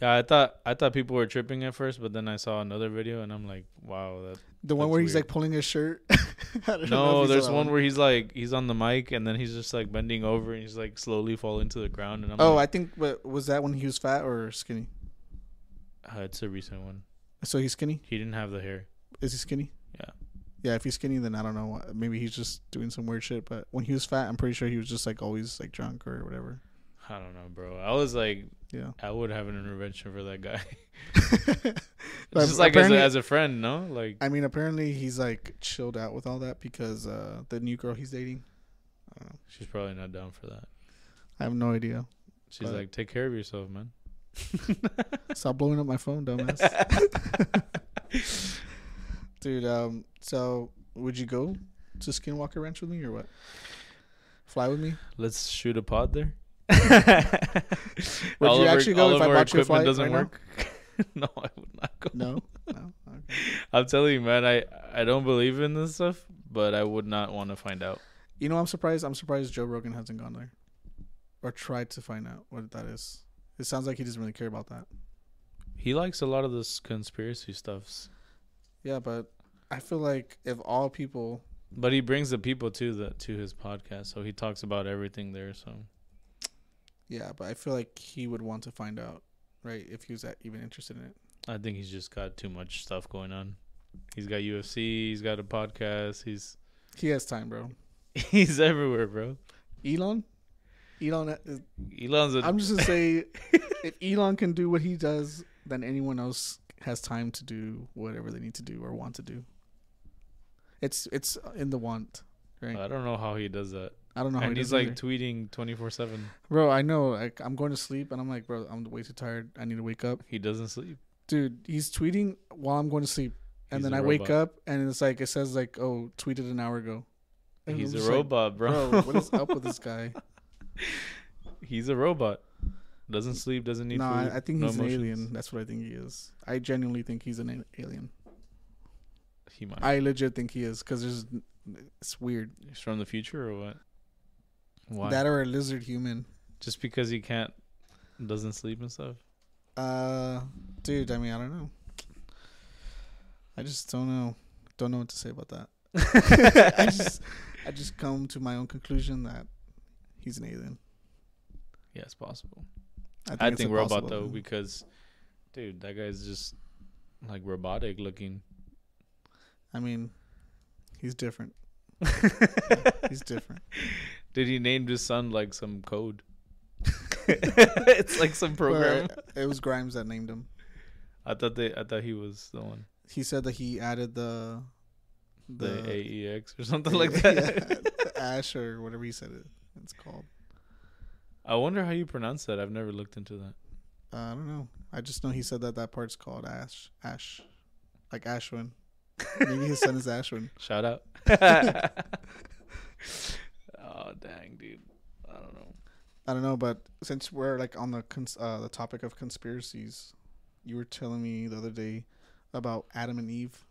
S1: Yeah, I thought I thought people were tripping at first, but then I saw another video and I'm like, wow. That...
S2: The one
S1: That's
S2: where he's
S1: weird.
S2: like pulling his shirt. I don't know
S1: No,
S2: if he's
S1: there's
S2: allowed.
S1: one where he's like he's on the mic and then he's just like bending over and he's like slowly falling to the ground and I'm
S2: Oh,
S1: like,
S2: I think. But was that when he was fat or skinny?
S1: "Ah, it's a recent one.
S2: So he's skinny.
S1: He didn't have the hair.
S2: Is he skinny?
S1: Yeah.
S2: Yeah, if he's skinny, then I don't know. Maybe he's just doing some weird shit. But when he was fat, I'm pretty sure he was just like always like drunk or whatever.
S1: I don't know, bro. I was like,
S2: Yeah.
S1: I would have an intervention for that guy.
S2: But
S1: just like as
S2: apparently-
S1: a, as a friend, no? Like
S2: I mean, apparently he's like chilled out with all that because uh, the new girl he's dating. I, don't know.
S1: she's probably not down for that.
S2: I have no idea.
S1: She's
S2: But-
S1: like, take care of yourself, man.
S2: Stop blowing up my phone, dumbass. Dude, um, so would you go to Skinwalker Ranch with me or what? Fly with me?
S1: Let's shoot a pod there.
S2: Would
S1: All
S2: you
S1: of our-
S2: actually go
S1: all
S2: if
S1: of
S2: I
S1: our
S2: bought you a
S1: equipment
S2: flight
S1: doesn't
S2: right now?
S1: work. no, I would not go.
S2: No, no. Okay.
S1: I'm telling you, man. I I don't believe in this stuff, but I would not want to find out.
S2: You know, I'm surprised. I'm surprised Joe Rogan hasn't gone there or tried to find out what that is. It sounds like he doesn't really care about that.
S1: He likes a lot of this conspiracy stuffs,
S2: Yeah, but I feel like if all people,
S1: but he brings the people to the to his podcast, so he talks about everything there. So
S2: yeah, but I feel like he would want to find out, right? If he was that even interested in it.
S1: I think he's just got too much stuff going on. He's got UFC. He's got a podcast. He's
S2: He has time, bro.
S1: he's everywhere, bro.
S2: Elon, Elon. uh,
S1: Elon's a
S2: I'm just gonna say, if Elon can do what he does, then anyone else has time to do whatever they need to do or want to do. It's it's in the want, right?
S1: I don't know how he does that.
S2: I don't know how
S1: and
S2: he
S1: he's
S2: does it
S1: like
S2: either.
S1: tweeting 24 7.
S2: Bro, I know. Like, I'm going to sleep, and I'm like, bro, I'm way too tired. I need to wake up,
S1: He doesn't sleep.
S2: dude. He's tweeting while I'm going to sleep, and
S1: He's
S2: then
S1: a
S2: I wake
S1: robot.
S2: up, and it's like it says like, oh, tweeted an hour ago. And
S1: He's
S2: I'm
S1: a
S2: just like,
S1: robot, bro.
S2: bro, what is up with this guy?
S1: He's a robot. Doesn't sleep, doesn't need
S2: no,
S1: food.
S2: I, I think
S1: no
S2: he's an
S1: emotions.
S2: alien. That's what I think he is. I genuinely think he's an a- alien.
S1: He might.
S2: I legit think he is because there's it's weird
S1: He's from the future or what? Why?
S2: that or a lizard human.
S1: Just because he can't, doesn't sleep and stuff?
S2: Uh, dude, I mean, I don't know. I just don't know. Don't know what to say about that. I just, I just come to my own conclusion that he's an alien.
S1: Yeah, it's possible.
S2: I
S1: I
S2: it's
S1: think
S2: impossible,
S1: robot, though,
S2: man.
S1: because, dude, that guy's just like robotic looking.
S2: I mean, he's different. He's different.
S1: Did he name his son like some code? it's like some program.
S2: But it was Grimes that named him.
S1: I thought they. I thought he was the one.
S2: He said that he added the
S1: the,
S2: the
S1: AEX or something like that.
S2: yeah, the ash or whatever you said it, it's called.
S1: I wonder how you pronounce that. I've never looked into that.
S2: Uh, I don't know. I just know he said that that part's called ash, ash, like Ashwin. Maybe his son is Ashwin.
S1: Shout out. oh dang, dude. I don't know.
S2: I don't know, but since we're like on the cons- uh, the topic of conspiracies, you were telling me the other day about Adam and Eve.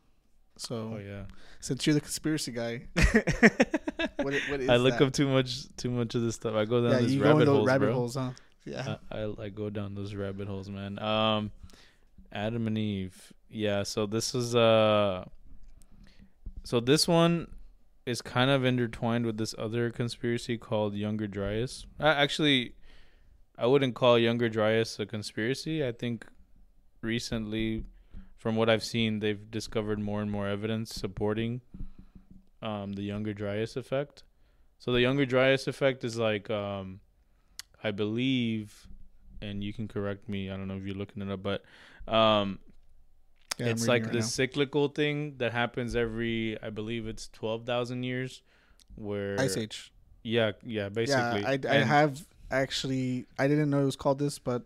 S2: So
S1: Oh yeah.
S2: since you're the conspiracy guy, what, i- what is
S1: I look
S2: that?
S1: up too much too much of this stuff. I go down
S2: yeah,
S1: this
S2: you go
S1: rabbit
S2: into
S1: holes,
S2: rabbit
S1: bro. Uh,
S2: holes, huh? Yeah.
S1: I, I I go down those rabbit holes, man. Um, Adam and Eve. Yeah. So this is uh. So this one is kind of intertwined with this other conspiracy called Younger Dryas. I, actually, I wouldn't call Younger Dryas a conspiracy. I think recently, from what I've seen, they've discovered more and more evidence supporting um, the Younger Dryas effect. So the Younger Dryas effect is like. Um, I believe, and you can correct me. I don't know if you're looking it up, but um,
S2: Yeah, I'm
S1: it's
S2: reading
S1: like
S2: right
S1: this
S2: now.
S1: cyclical thing that happens every, I believe it's twelve thousand years, where
S2: Ice Age.
S1: yeah, yeah, basically.
S2: Yeah, I, I
S1: And-
S2: have actually. I didn't know it was called this, but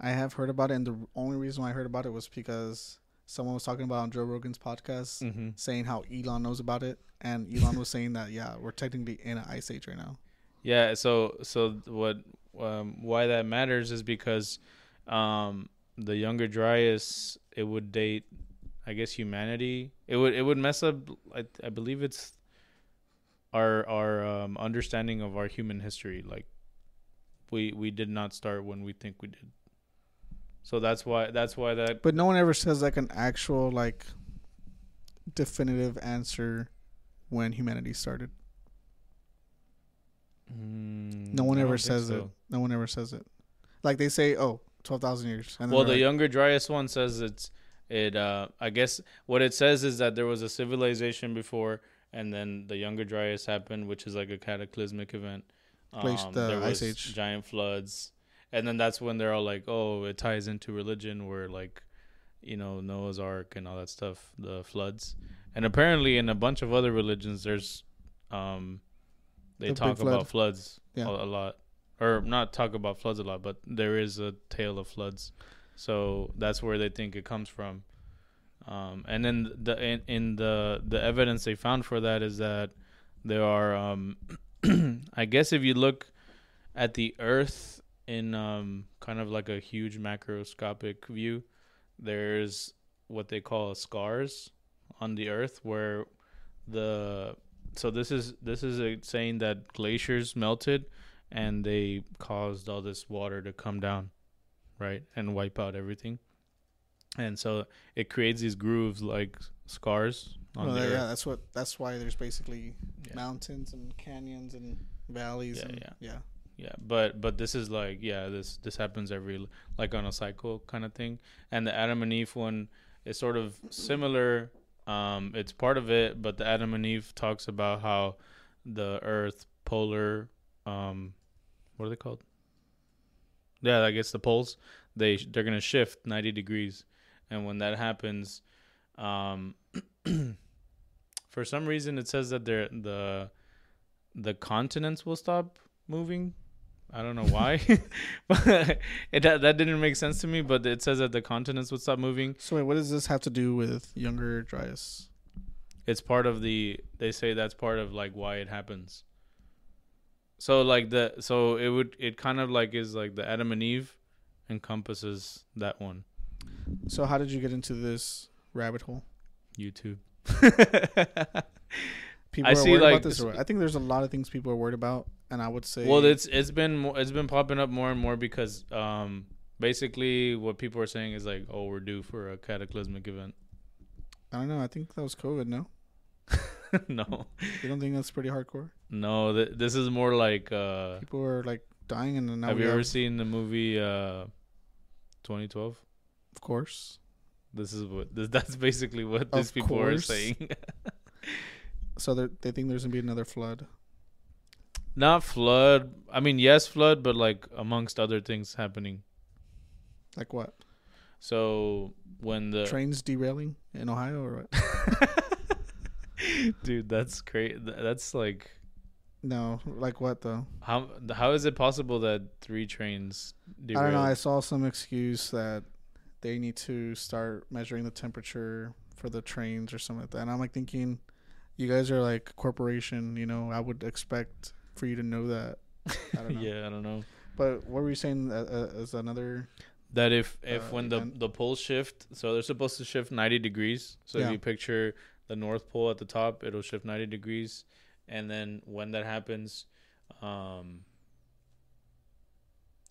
S2: I have heard about it, and the only reason why I heard about it was because someone was talking about it on Joe Rogan's podcast,
S1: Mhm.
S2: saying how Elon knows about it, and Elon was saying that yeah, we're technically in an ice age right now.
S1: Yeah. So so what um, why that matters is because um, the younger Dryas it would date, I guess humanity. It would it would mess up. I I believe it's our our um, understanding of our human history. Like we we did not start when we think we did. So that's why that's why that
S2: But no one ever says like an actual like definitive answer when humanity started.
S1: Mm,
S2: No one
S1: I
S2: ever
S1: don't think
S2: says
S1: so.
S2: it. No one ever says it. Like they say, oh, 12,000 years. And then
S1: Well,
S2: they're
S1: the
S2: like,
S1: younger Dryas one says it's it. Uh, I guess what it says is that there was a civilization before, and then the younger Dryas happened, which is like a cataclysmic event.
S2: Place-
S1: Um,
S2: the
S1: there
S2: Ice
S1: was
S2: Age.
S1: giant floods, and then that's when they're all like, "Oh, it ties into religion, where like, you know, Noah's Ark and all that stuff, the floods." And apparently, in a bunch of other religions, there's, um, they
S2: The big
S1: talk about
S2: flood.
S1: floods
S2: Yeah.
S1: a, a lot, or not talk about floods a lot, but there is a tale of floods, so that's where they think it comes from. Um, and then the in, in the the evidence they found for that is that there are, um, I guess, if you look at the Earth in um, kind of like a huge macroscopic view, there's what they call scars on the Earth where the so this is this is a saying that glaciers melted and they caused all this water to come down right and wipe out everything and so it creates these grooves like scars on
S2: well,
S1: the
S2: oh, yeah,
S1: earth
S2: that's what. That's why there's basically
S1: Yeah.
S2: mountains and canyons and valleys.
S1: Yeah,
S2: and,
S1: yeah.
S2: yeah.
S1: yeah but but this is like yeah this this happens every like on a cycle kind of thing and the adam and eve one is sort of similar um it's part of it but the adam and eve talks about how the earth polar um what are they called yeah i guess the poles they they're gonna shift 90 degrees and when that happens um for some reason it says that they're the the continents will stop moving i don't know why but it, that, that didn't make sense to me but it says that the continents would stop moving
S2: So wait, what does this have to do with younger Dryas?
S1: it's part of the they say that's part of like why it happens so like the so it would it kind of like is like the adam and eve encompasses that one
S2: So how did you get into this rabbit hole?
S1: youtube
S2: People
S1: I
S2: are
S1: see,
S2: worried
S1: like,
S2: about this. Or what? I think there's a lot of things people are worried about, and I would say.
S1: well it's it's been mo- it's been popping up more and more because um basically what people are saying is like oh we're due for a cataclysmic event
S2: I don't know. I think that was COVID. No,
S1: no
S2: you don't think that's pretty hardcore?
S1: no th- this is more like uh
S2: People are like dying, and then now
S1: have
S2: we
S1: you
S2: have,
S1: ever seen the movie uh 2012
S2: of course.
S1: This is what this, that's basically what these
S2: Of
S1: people are
S2: course.
S1: saying.
S2: So they're- they think there's gonna be another flood.
S1: Not flood. I mean, yes, flood, but like amongst other things happening.
S2: Like what?
S1: So when the Uh.
S2: Trains derailing in Ohio or what?
S1: dude, that's great. That's like
S2: No, like what though?
S1: how how is it possible that three trains?
S2: I don't know. I
S1: derailed?
S2: saw some excuse that they need to start measuring the temperature for the trains or something like that. And I'm like thinking, you guys are like a corporation, you know. I would expect for you to know that. I don't know.
S1: yeah, I don't know.
S2: But what were you saying uh, uh, is another?
S1: That if if
S2: Uh,
S1: when the
S2: event.
S1: the poles shift, so they're supposed to shift ninety degrees. So if
S2: Yeah.
S1: you picture the North Pole at the top, it'll shift ninety degrees, and then when that happens, um,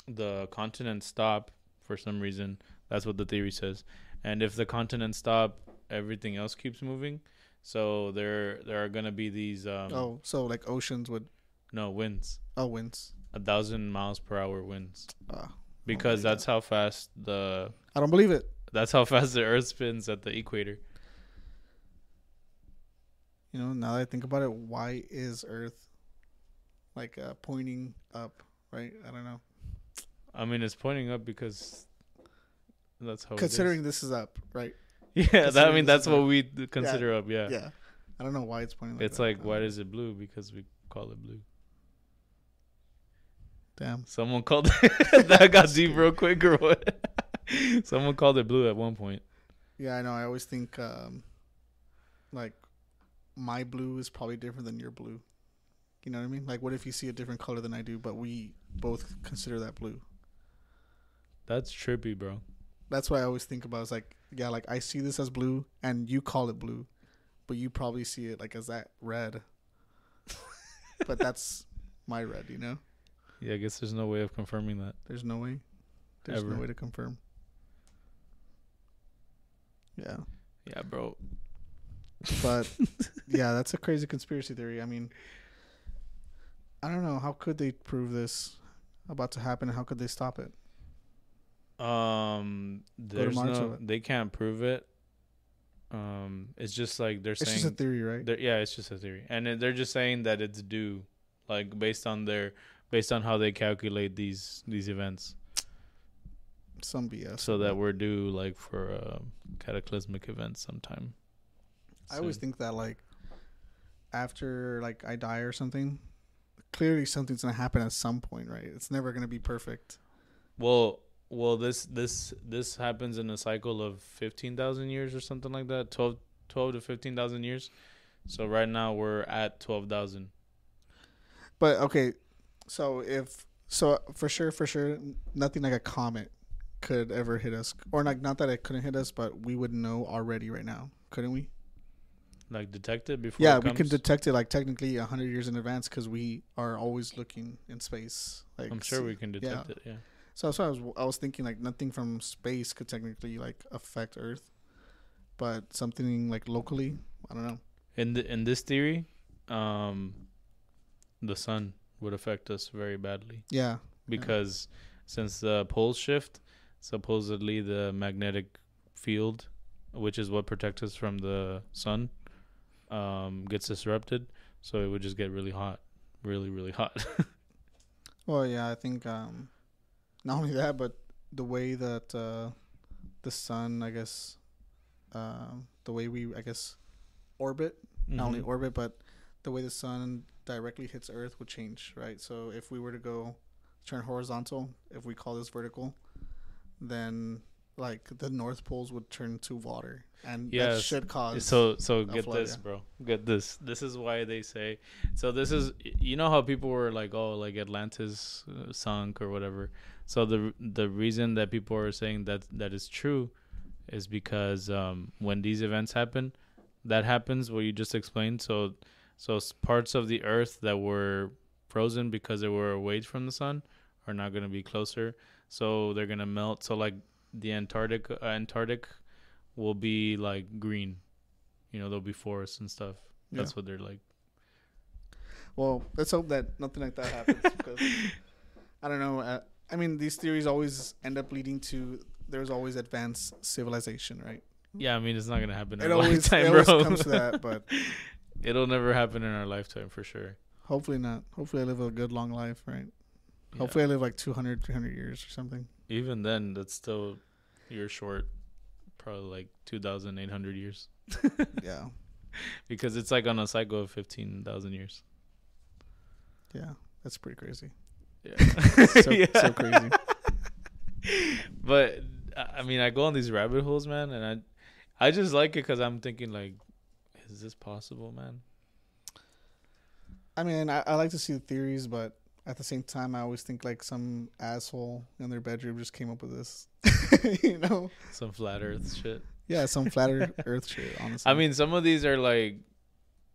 S1: the continents stop for some reason. That's what the theory says. And if the continents stop, everything else keeps moving. So there there are gonna be these um,
S2: oh, so like oceans would.
S1: no winds,
S2: Oh, winds.
S1: a thousand miles per hour winds,
S2: Uh,
S1: because
S2: yeah.
S1: that's how fast the
S2: I don't believe it.
S1: That's how fast the Earth spins at the equator.
S2: You know, now that I think about it, why is Earth like uh, pointing up? Right? I don't know.
S1: I mean, it's pointing up because that's how. Oh, it is.
S2: Considering this is up, right?
S1: yeah, that, I
S2: considering
S1: mean
S2: this
S1: that's
S2: is
S1: what
S2: a-
S1: we d- consider up. Yeah,
S2: Yeah. I don't know why it's pointing. Like
S1: it's
S2: that.
S1: like
S2: I
S1: why
S2: don't know.
S1: is it blue? Because we call it blue.
S2: damn.
S1: Someone called it. that got deep real quick or what? Someone called it blue at one point.
S2: Yeah, I know. I always think um, like my blue is probably different than your blue. You know what I mean? Like, what if you see a different color than I do, but we both consider that blue?
S1: That's trippy, bro.
S2: That's what I always think about. It's like, yeah, like I see this as blue, and you call it blue, but you probably see it like as that red. but that's my red. You know,
S1: Yeah, I guess there's no way of confirming that.
S2: there's no way. There's
S1: Ever.
S2: no way to confirm. Yeah.
S1: Yeah, bro.
S2: But yeah, that's a crazy conspiracy theory. I mean, I don't know. How could they prove this about to happen? How could they stop it?
S1: Um, there's
S2: March
S1: no.
S2: of
S1: They can't prove it. Um, it's just like they're
S2: It's
S1: saying
S2: just a theory, right?
S1: They're, yeah, it's just a theory, and it- they're just saying that it's due, like based on their, based on how they calculate these these events,
S2: Some BS.
S1: so that we're due like for a cataclysmic event sometime.
S2: I always
S1: soon.
S2: think that like after like I die or something, clearly something's gonna happen at some point, right? It's never gonna be perfect.
S1: Well, well, this this this happens in a cycle of fifteen thousand years or something like that, 12, 12 to fifteen thousand years. So right now we're at twelve thousand.
S2: But okay, so if so for sure, for sure, nothing like a comet could ever hit us, or like not that it couldn't hit us, but we would know already right now, couldn't we?
S1: Like detect it before.
S2: yeah
S1: it
S2: we can
S1: comes?
S2: detect it like technically 100 years in advance because we are always looking in space like
S1: I'm sure we can
S2: yeah.
S1: detect it. Yeah.
S2: so that's why I was, I was thinking like nothing from space could technically like affect earth but something like locally i don't know
S1: in the, in this theory, um, the sun would affect us very badly
S2: yeah
S1: because since the poles shift, supposedly the magnetic field, which is what protects us from the sun, um, gets disrupted. So it would just get really hot, really really hot.
S2: well yeah i think um not only that but the way that uh the sun i guess um the way we i guess orbit not only
S1: Mhm.
S2: orbit but the way the sun directly hits earth would change right so if we were to go turn horizontal if we call this vertical then like the north poles would turn to water and that
S1: Yes.
S2: should cause
S1: So so get
S2: flood,
S1: this,
S2: yeah.
S1: bro. Get this. This is why they say. So this is you know how people were like, oh, like Atlantis uh, sunk or whatever. So the the reason that people are saying that that is true is because um, when these events happen, that happens what you just explained. So so s- parts of the Earth that were frozen because they were away from the sun are not going to be closer. So they're going to melt. So like the Antarctic uh, Antarctic will be like green you know there'll be forests and stuff
S2: Yeah.
S1: that's what they're like
S2: well let's hope that nothing like that happens because i don't know uh, i mean these theories always end up leading to there's always advanced civilization right
S1: yeah i mean it's not gonna happen in
S2: it
S1: our
S2: always,
S1: lifetime
S2: it always
S1: bro
S2: comes to that but
S1: it'll never happen in our lifetime for sure
S2: hopefully not hopefully i live a good long life right
S1: Yeah.
S2: hopefully i live like 200 300 years or something
S1: even then that's still you're short probably like 2800 years
S2: yeah
S1: because it's like on a cycle of 15,000 years.
S2: Yeah, that's pretty crazy.
S1: Yeah.
S2: So,
S1: Yeah.
S2: so crazy.
S1: But I I mean, I go on these rabbit holes, man, and I I just like it cuz I'm thinking like is this possible, man?
S2: I mean, I, I like to see the theories, but at the same time, I always think like some asshole in their bedroom just came up with this. you know?
S1: Some flat earth shit.
S2: Yeah, some flat ear- Earth shit. Honestly,
S1: I mean, some of these are like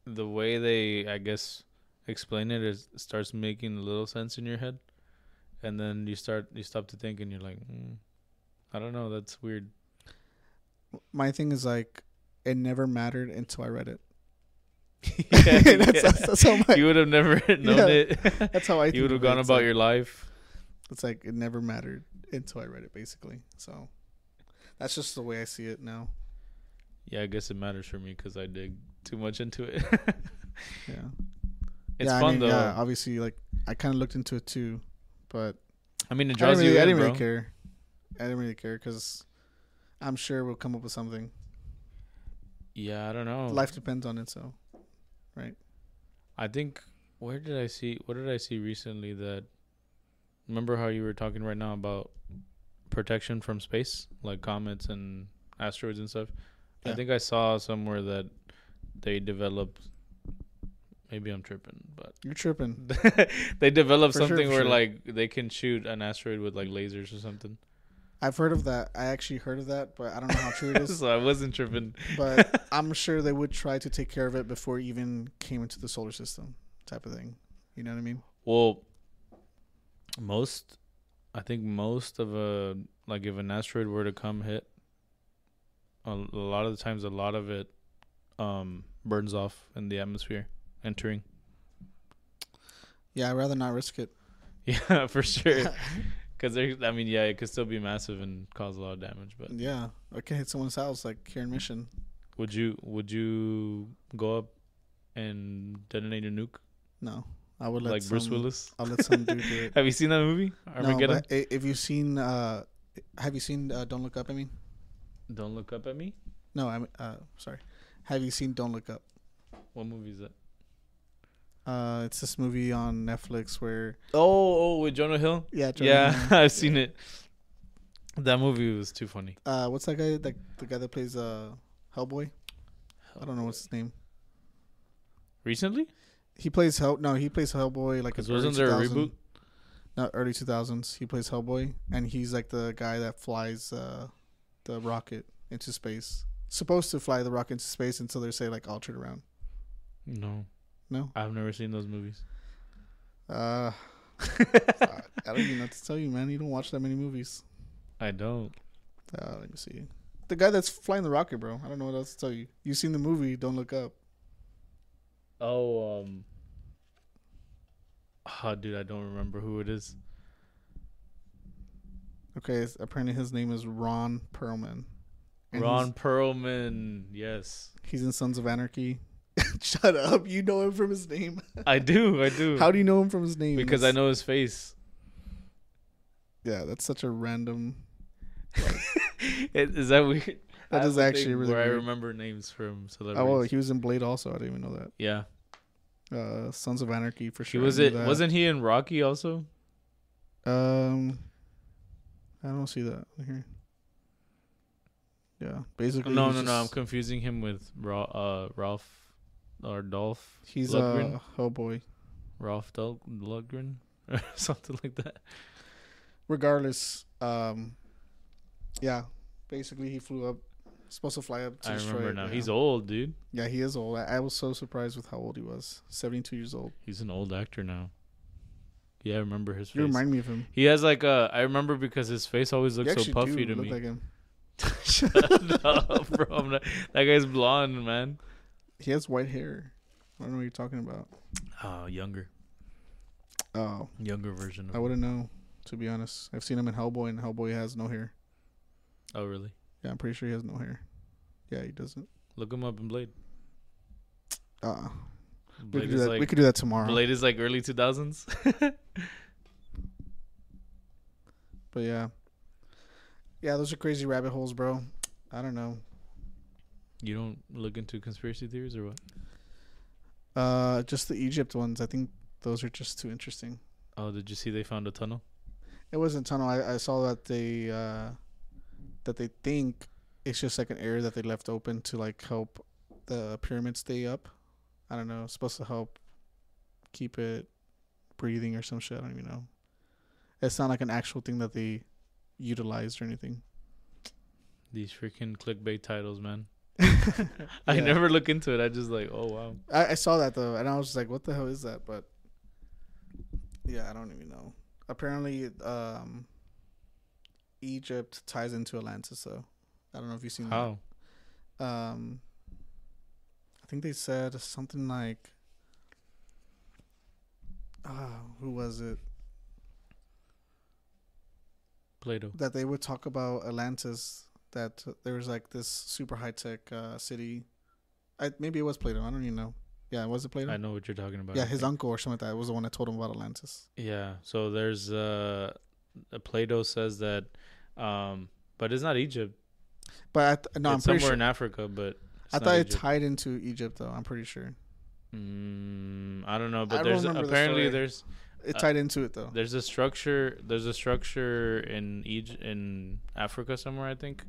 S1: the way they, I guess, explain it is starts making a little sense in your head, and then you start you stop to think, and you're like, mm, I don't know, that's weird.
S2: my thing is like it never mattered until I read it.
S1: Yeah,
S2: that's,
S1: yeah.
S2: That's, that's how my,
S1: you would have never known
S2: Yeah,
S1: it.
S2: that's how I.
S1: you
S2: think
S1: would have
S2: of it.
S1: gone
S2: It's
S1: about
S2: like-
S1: your life.
S2: It's like it never mattered until I read it, basically. So that's just the way I see it now.
S1: Yeah, I guess it matters for me because I dig too much into it.
S2: Yeah,
S1: it's
S2: yeah, I
S1: fun
S2: mean,
S1: though.
S2: Yeah, obviously, like I kind of looked into it too, but
S1: I mean, it
S2: I didn't,
S1: draws you
S2: really, I
S1: in,
S2: didn't
S1: bro.
S2: really care. I didn't really care because I'm sure we'll come up with something.
S1: Yeah, I don't know.
S2: Life depends on it, so
S1: I think where did I see what did I see recently that remember how you were talking right now about protection from space, like comets and asteroids and stuff? I
S2: Yeah.
S1: think I saw somewhere that they developed maybe I'm tripping, but
S2: you're tripping.
S1: they developed
S2: For sure,
S1: something
S2: for
S1: where
S2: sure.
S1: like they can shoot an asteroid with like lasers or something.
S2: I've heard of that. I actually heard of that, but I don't know how true it is.
S1: so I wasn't tripping.
S2: But I'm sure they would try to take care of it before it even came into the solar system, type of thing. You know what I mean?
S1: Well, most, I think most of a like if an asteroid were to come hit, a, a lot of the times a lot of it, um, burns off in the atmosphere entering.
S2: Yeah, I'd rather not risk it.
S1: Yeah, for sure. Because there, I mean, yeah, it could still be massive and cause a lot of damage. But
S2: Yeah, I can hit someone's house like here in Mission.
S1: would you would you go up and detonate a nuke
S2: No, I would let
S1: like Bruce
S2: some-
S1: Willis?
S2: I'll let some dude do it.
S1: Have you seen that movie
S2: no,
S1: Armageddon?
S2: but i- if you've seen, uh, have you seen uh, Don't Look Up? I mean,
S1: Don't look up at me.
S2: no, I'm uh, sorry. Have you seen Don't Look Up?
S1: What movie is that?
S2: Uh, it's this movie on Netflix where
S1: Oh, oh, with Jonah Hill.
S2: yeah,
S1: yeah,
S2: Jordan,
S1: I've seen it. That movie was too funny.
S2: Uh, what's that guy? That the guy that plays uh Hellboy. I don't know what's his name.
S1: Recently?
S2: He plays Hell. No, he plays Hellboy. Like
S1: Because
S2: in early
S1: wasn't there a
S2: 2000
S1: reboot?
S2: No, early two thousands. He plays Hellboy, and he's like the guy that flies uh, the rocket into space. Supposed to fly the rocket into space until they say like all turn around.
S1: No,
S2: No,
S1: I've never seen those movies.
S2: uh, I don't even know what to tell you, man. You don't watch that many movies.
S1: I don't.
S2: Uh, let me see. The guy that's flying the rocket, bro. I don't know what else to tell you. You've seen the movie. Don't look up.
S1: Oh, um. Oh, dude, I don't remember who it is.
S2: Okay, it's, apparently his name is Ron Perlman. And
S1: Ron Perlman. Yes.
S2: He's, he's in Sons of Anarchy. Shut up. You know him from his name.
S1: I do. I do.
S2: How do you know him from his name?
S1: because I
S2: That's-
S1: know his face.
S2: Yeah, that's such a random.
S1: It, is that weird? I
S2: That
S1: have
S2: is
S1: a
S2: actually
S1: thing
S2: really
S1: Where I
S2: weird.
S1: remember names from celebrities.
S2: Oh, well, he was in Blade also. I didn't even know that.
S1: yeah.
S2: Uh, Sons of Anarchy for
S1: He
S2: sure. I
S1: was
S2: knew
S1: it.
S2: that.
S1: Wasn't he in Rocky also?
S2: Um, I don't see that here. Yeah, basically.
S1: No,
S2: he's
S1: no, no. I'm
S2: just-
S1: confusing him with Ra- uh, Ralph or Dolph.
S2: He's
S1: Lundgren.
S2: uh, Hellboy.
S1: Ralph Dol- Lundgren or something like that.
S2: Regardless, um, yeah, basically he flew up, supposed to fly up to
S1: I remember
S2: Detroit,
S1: now.
S2: Yeah.
S1: He's old, dude.
S2: Yeah, he is old. I, I was so surprised with how old he was. Seventy-two years old.
S1: He's an old actor now. Yeah, I remember his
S2: You
S1: face.
S2: remind me of him.
S1: he has like a. I remember because his face always
S2: You
S1: looks so
S2: actually
S1: puffy
S2: do
S1: to
S2: look
S1: me.
S2: like him.
S1: Shut up, bro. I'm not- that guy's blonde, man.
S2: He has white hair. I don't know what you're talking about.
S1: Oh, younger,
S2: Oh,
S1: younger version of.
S2: I wouldn't know. To be honest, I've seen him in Hellboy, and Hellboy has no hair.
S1: Oh, really?
S2: Yeah, I'm pretty sure he has no hair. Yeah, he doesn't.
S1: Look him up in Blade.
S2: Uh, we could
S1: Blade
S2: do
S1: is
S2: that.
S1: like
S2: we could do that tomorrow.
S1: Blade is like early 2000s.
S2: But yeah, yeah, those are crazy rabbit holes, bro. I don't know.
S1: You don't look into conspiracy theories or what?
S2: Uh, just the Egypt ones. I think those are just too interesting.
S1: Oh, did you see they found a tunnel?
S2: It wasn't tunnel. I, I saw that they uh, that they think it's just like an area that they left open to like help the pyramid stay up. I don't know. It's supposed to help keep it breathing or some shit. I don't even know. It's not like an actual thing that they utilized or anything.
S1: These freaking clickbait titles, man. I
S2: Yeah.
S1: never look into it. I just like, oh wow.
S2: I, I saw that though, and I was just like, "What the hell is that?" But yeah, I don't even know. Apparently, um, Egypt ties into Atlantis, though. I don't know if you've seen
S1: How?
S2: that. Um, I think they said something like, "Ah, who was it?"
S1: Plato.
S2: that they would talk about Atlantis. That there was like this super high tech uh, city. I maybe it was Plato. I don't even know. Yeah, was it Plato?
S1: I know what you're talking about.
S2: yeah,
S1: I
S2: his
S1: think.
S2: uncle or something like that was the one that told him about Atlantis.
S1: Yeah. So there's uh, uh, Plato says that, um, but it's not Egypt.
S2: But I th- no, I'm
S1: it's somewhere
S2: pretty sure.
S1: in Africa, but it's
S2: I
S1: not
S2: thought it
S1: Egypt.
S2: tied into Egypt though. I'm pretty sure
S1: Mm, I don't know,
S2: I
S1: but
S2: don't
S1: there's
S2: remember the
S1: apparently
S2: story.
S1: there's
S2: it
S1: Uh,
S2: tied into it though.
S1: there's a structure there's a structure in Egypt in Africa somewhere I think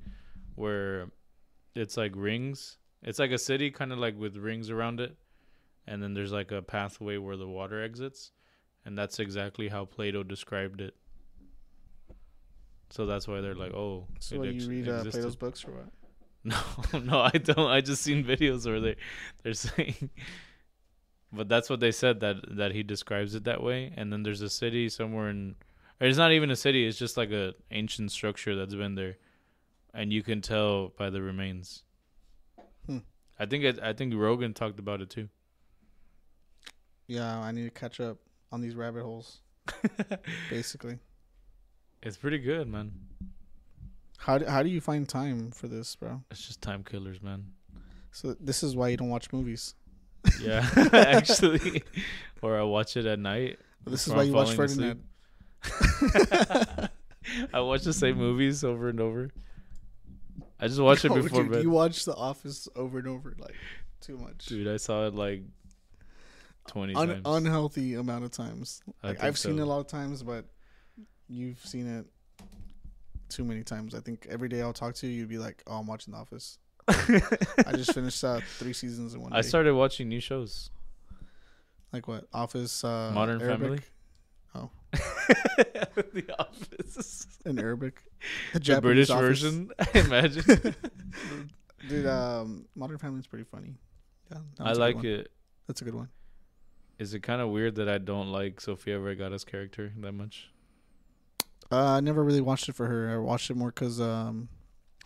S1: where it's like rings. It's like a city kind of like with rings around it. And then there's like a pathway where the water exits, and that's exactly how Plato described it. So that's why they're like, "Oh,
S2: So
S1: it
S2: what,
S1: ex-
S2: you read uh,
S1: existed.
S2: Plato's books or what?
S1: No, no, I don't. I just seen videos where they they're saying, but that's what they said that that he describes it that way. And then there's a city somewhere in, or it's not even a city. It's just like a ancient structure that's been there, and you can tell by the remains.
S2: Hmm.
S1: I think it, I think Rogan talked about it too.
S2: Yeah, I need to catch up on these rabbit holes. basically,
S1: It's pretty good, man.
S2: how do, how do you find time for this, bro?
S1: It's just time killers, man.
S2: So this is why you don't watch movies.
S1: Yeah, actually, or I watch it at night.
S2: This is
S1: Before
S2: why
S1: I'm
S2: you watch
S1: falling asleep.
S2: Ferdinand.
S1: I watch the same movies over and over. I just watch it
S2: No,
S1: before
S2: dude,
S1: bed.
S2: You watch The Office over and over, like too much.
S1: Dude, I saw it like twenty
S2: Un-
S1: times.
S2: unhealthy amount of times.
S1: I
S2: Like,
S1: think
S2: I've seen it
S1: so.
S2: a lot of times, but you've seen it too many times. I think every day I'll talk to you, you'd be like, "Oh, I'm watching The Office." I just finished uh, three seasons in one day.
S1: I started watching new shows.
S2: like what Office, uh,
S1: Modern
S2: Arabic
S1: Family.
S2: Oh.
S1: the Office,
S2: in Arabic,
S1: the
S2: the, Japanese
S1: British
S2: Office.
S1: version. I imagine.
S2: Dude, um, Modern Family's pretty funny. Yeah, that
S1: I
S2: was a good
S1: like
S2: one.
S1: it.
S2: That's a good one.
S1: Is it kind of weird that I don't like Sofia Vergara's character that much?
S2: Uh, I never really watched it for her. I watched it more because um,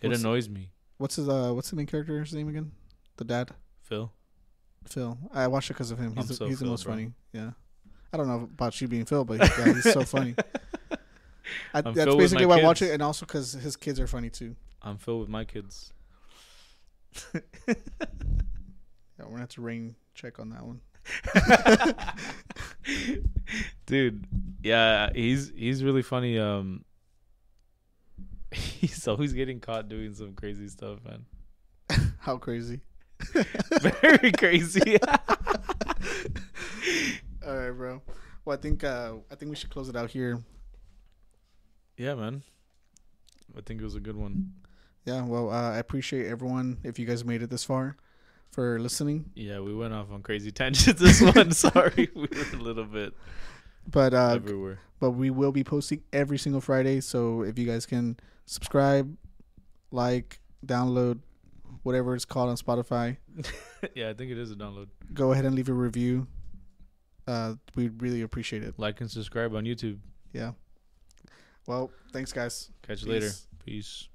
S1: It
S2: What's-
S1: annoys me,
S2: what's his uh, what's the main character's name again? The dad.
S1: Phil.
S2: Phil. I watched it because of him.
S1: I'm
S2: He's, the,
S1: so
S2: he's the
S1: Phil,
S2: most
S1: bro.
S2: funny. Yeah. I don't know about you being Phil, but yeah, he's so funny. I,
S1: I'm
S2: that's
S1: Phil with
S2: basically
S1: my
S2: why I watch
S1: kids.
S2: it, and also because his kids are funny too.
S1: I'm Phil with my kids.
S2: Yeah, we're gonna have to rain check on that one.
S1: dude yeah he's he's really funny um he's always getting caught doing some crazy stuff man
S2: How crazy!
S1: very crazy
S2: All right, bro. Well, I think uh, I think we should close it out here.
S1: yeah man i think it was a good one
S2: Yeah. Well, uh, I appreciate everyone if you guys made it this far for listening.
S1: yeah we went off on crazy tangents this one sorry we were a little bit
S2: But uh,
S1: everywhere
S2: but we will be posting every single Friday. So if you guys can subscribe, like, download, whatever it's called on Spotify,
S1: yeah i think it is a download
S2: go ahead and leave a review. Uh, we'd really appreciate it.
S1: like and subscribe on youtube
S2: Yeah. Well, thanks, guys.
S1: catch you later
S2: Peace.
S1: peace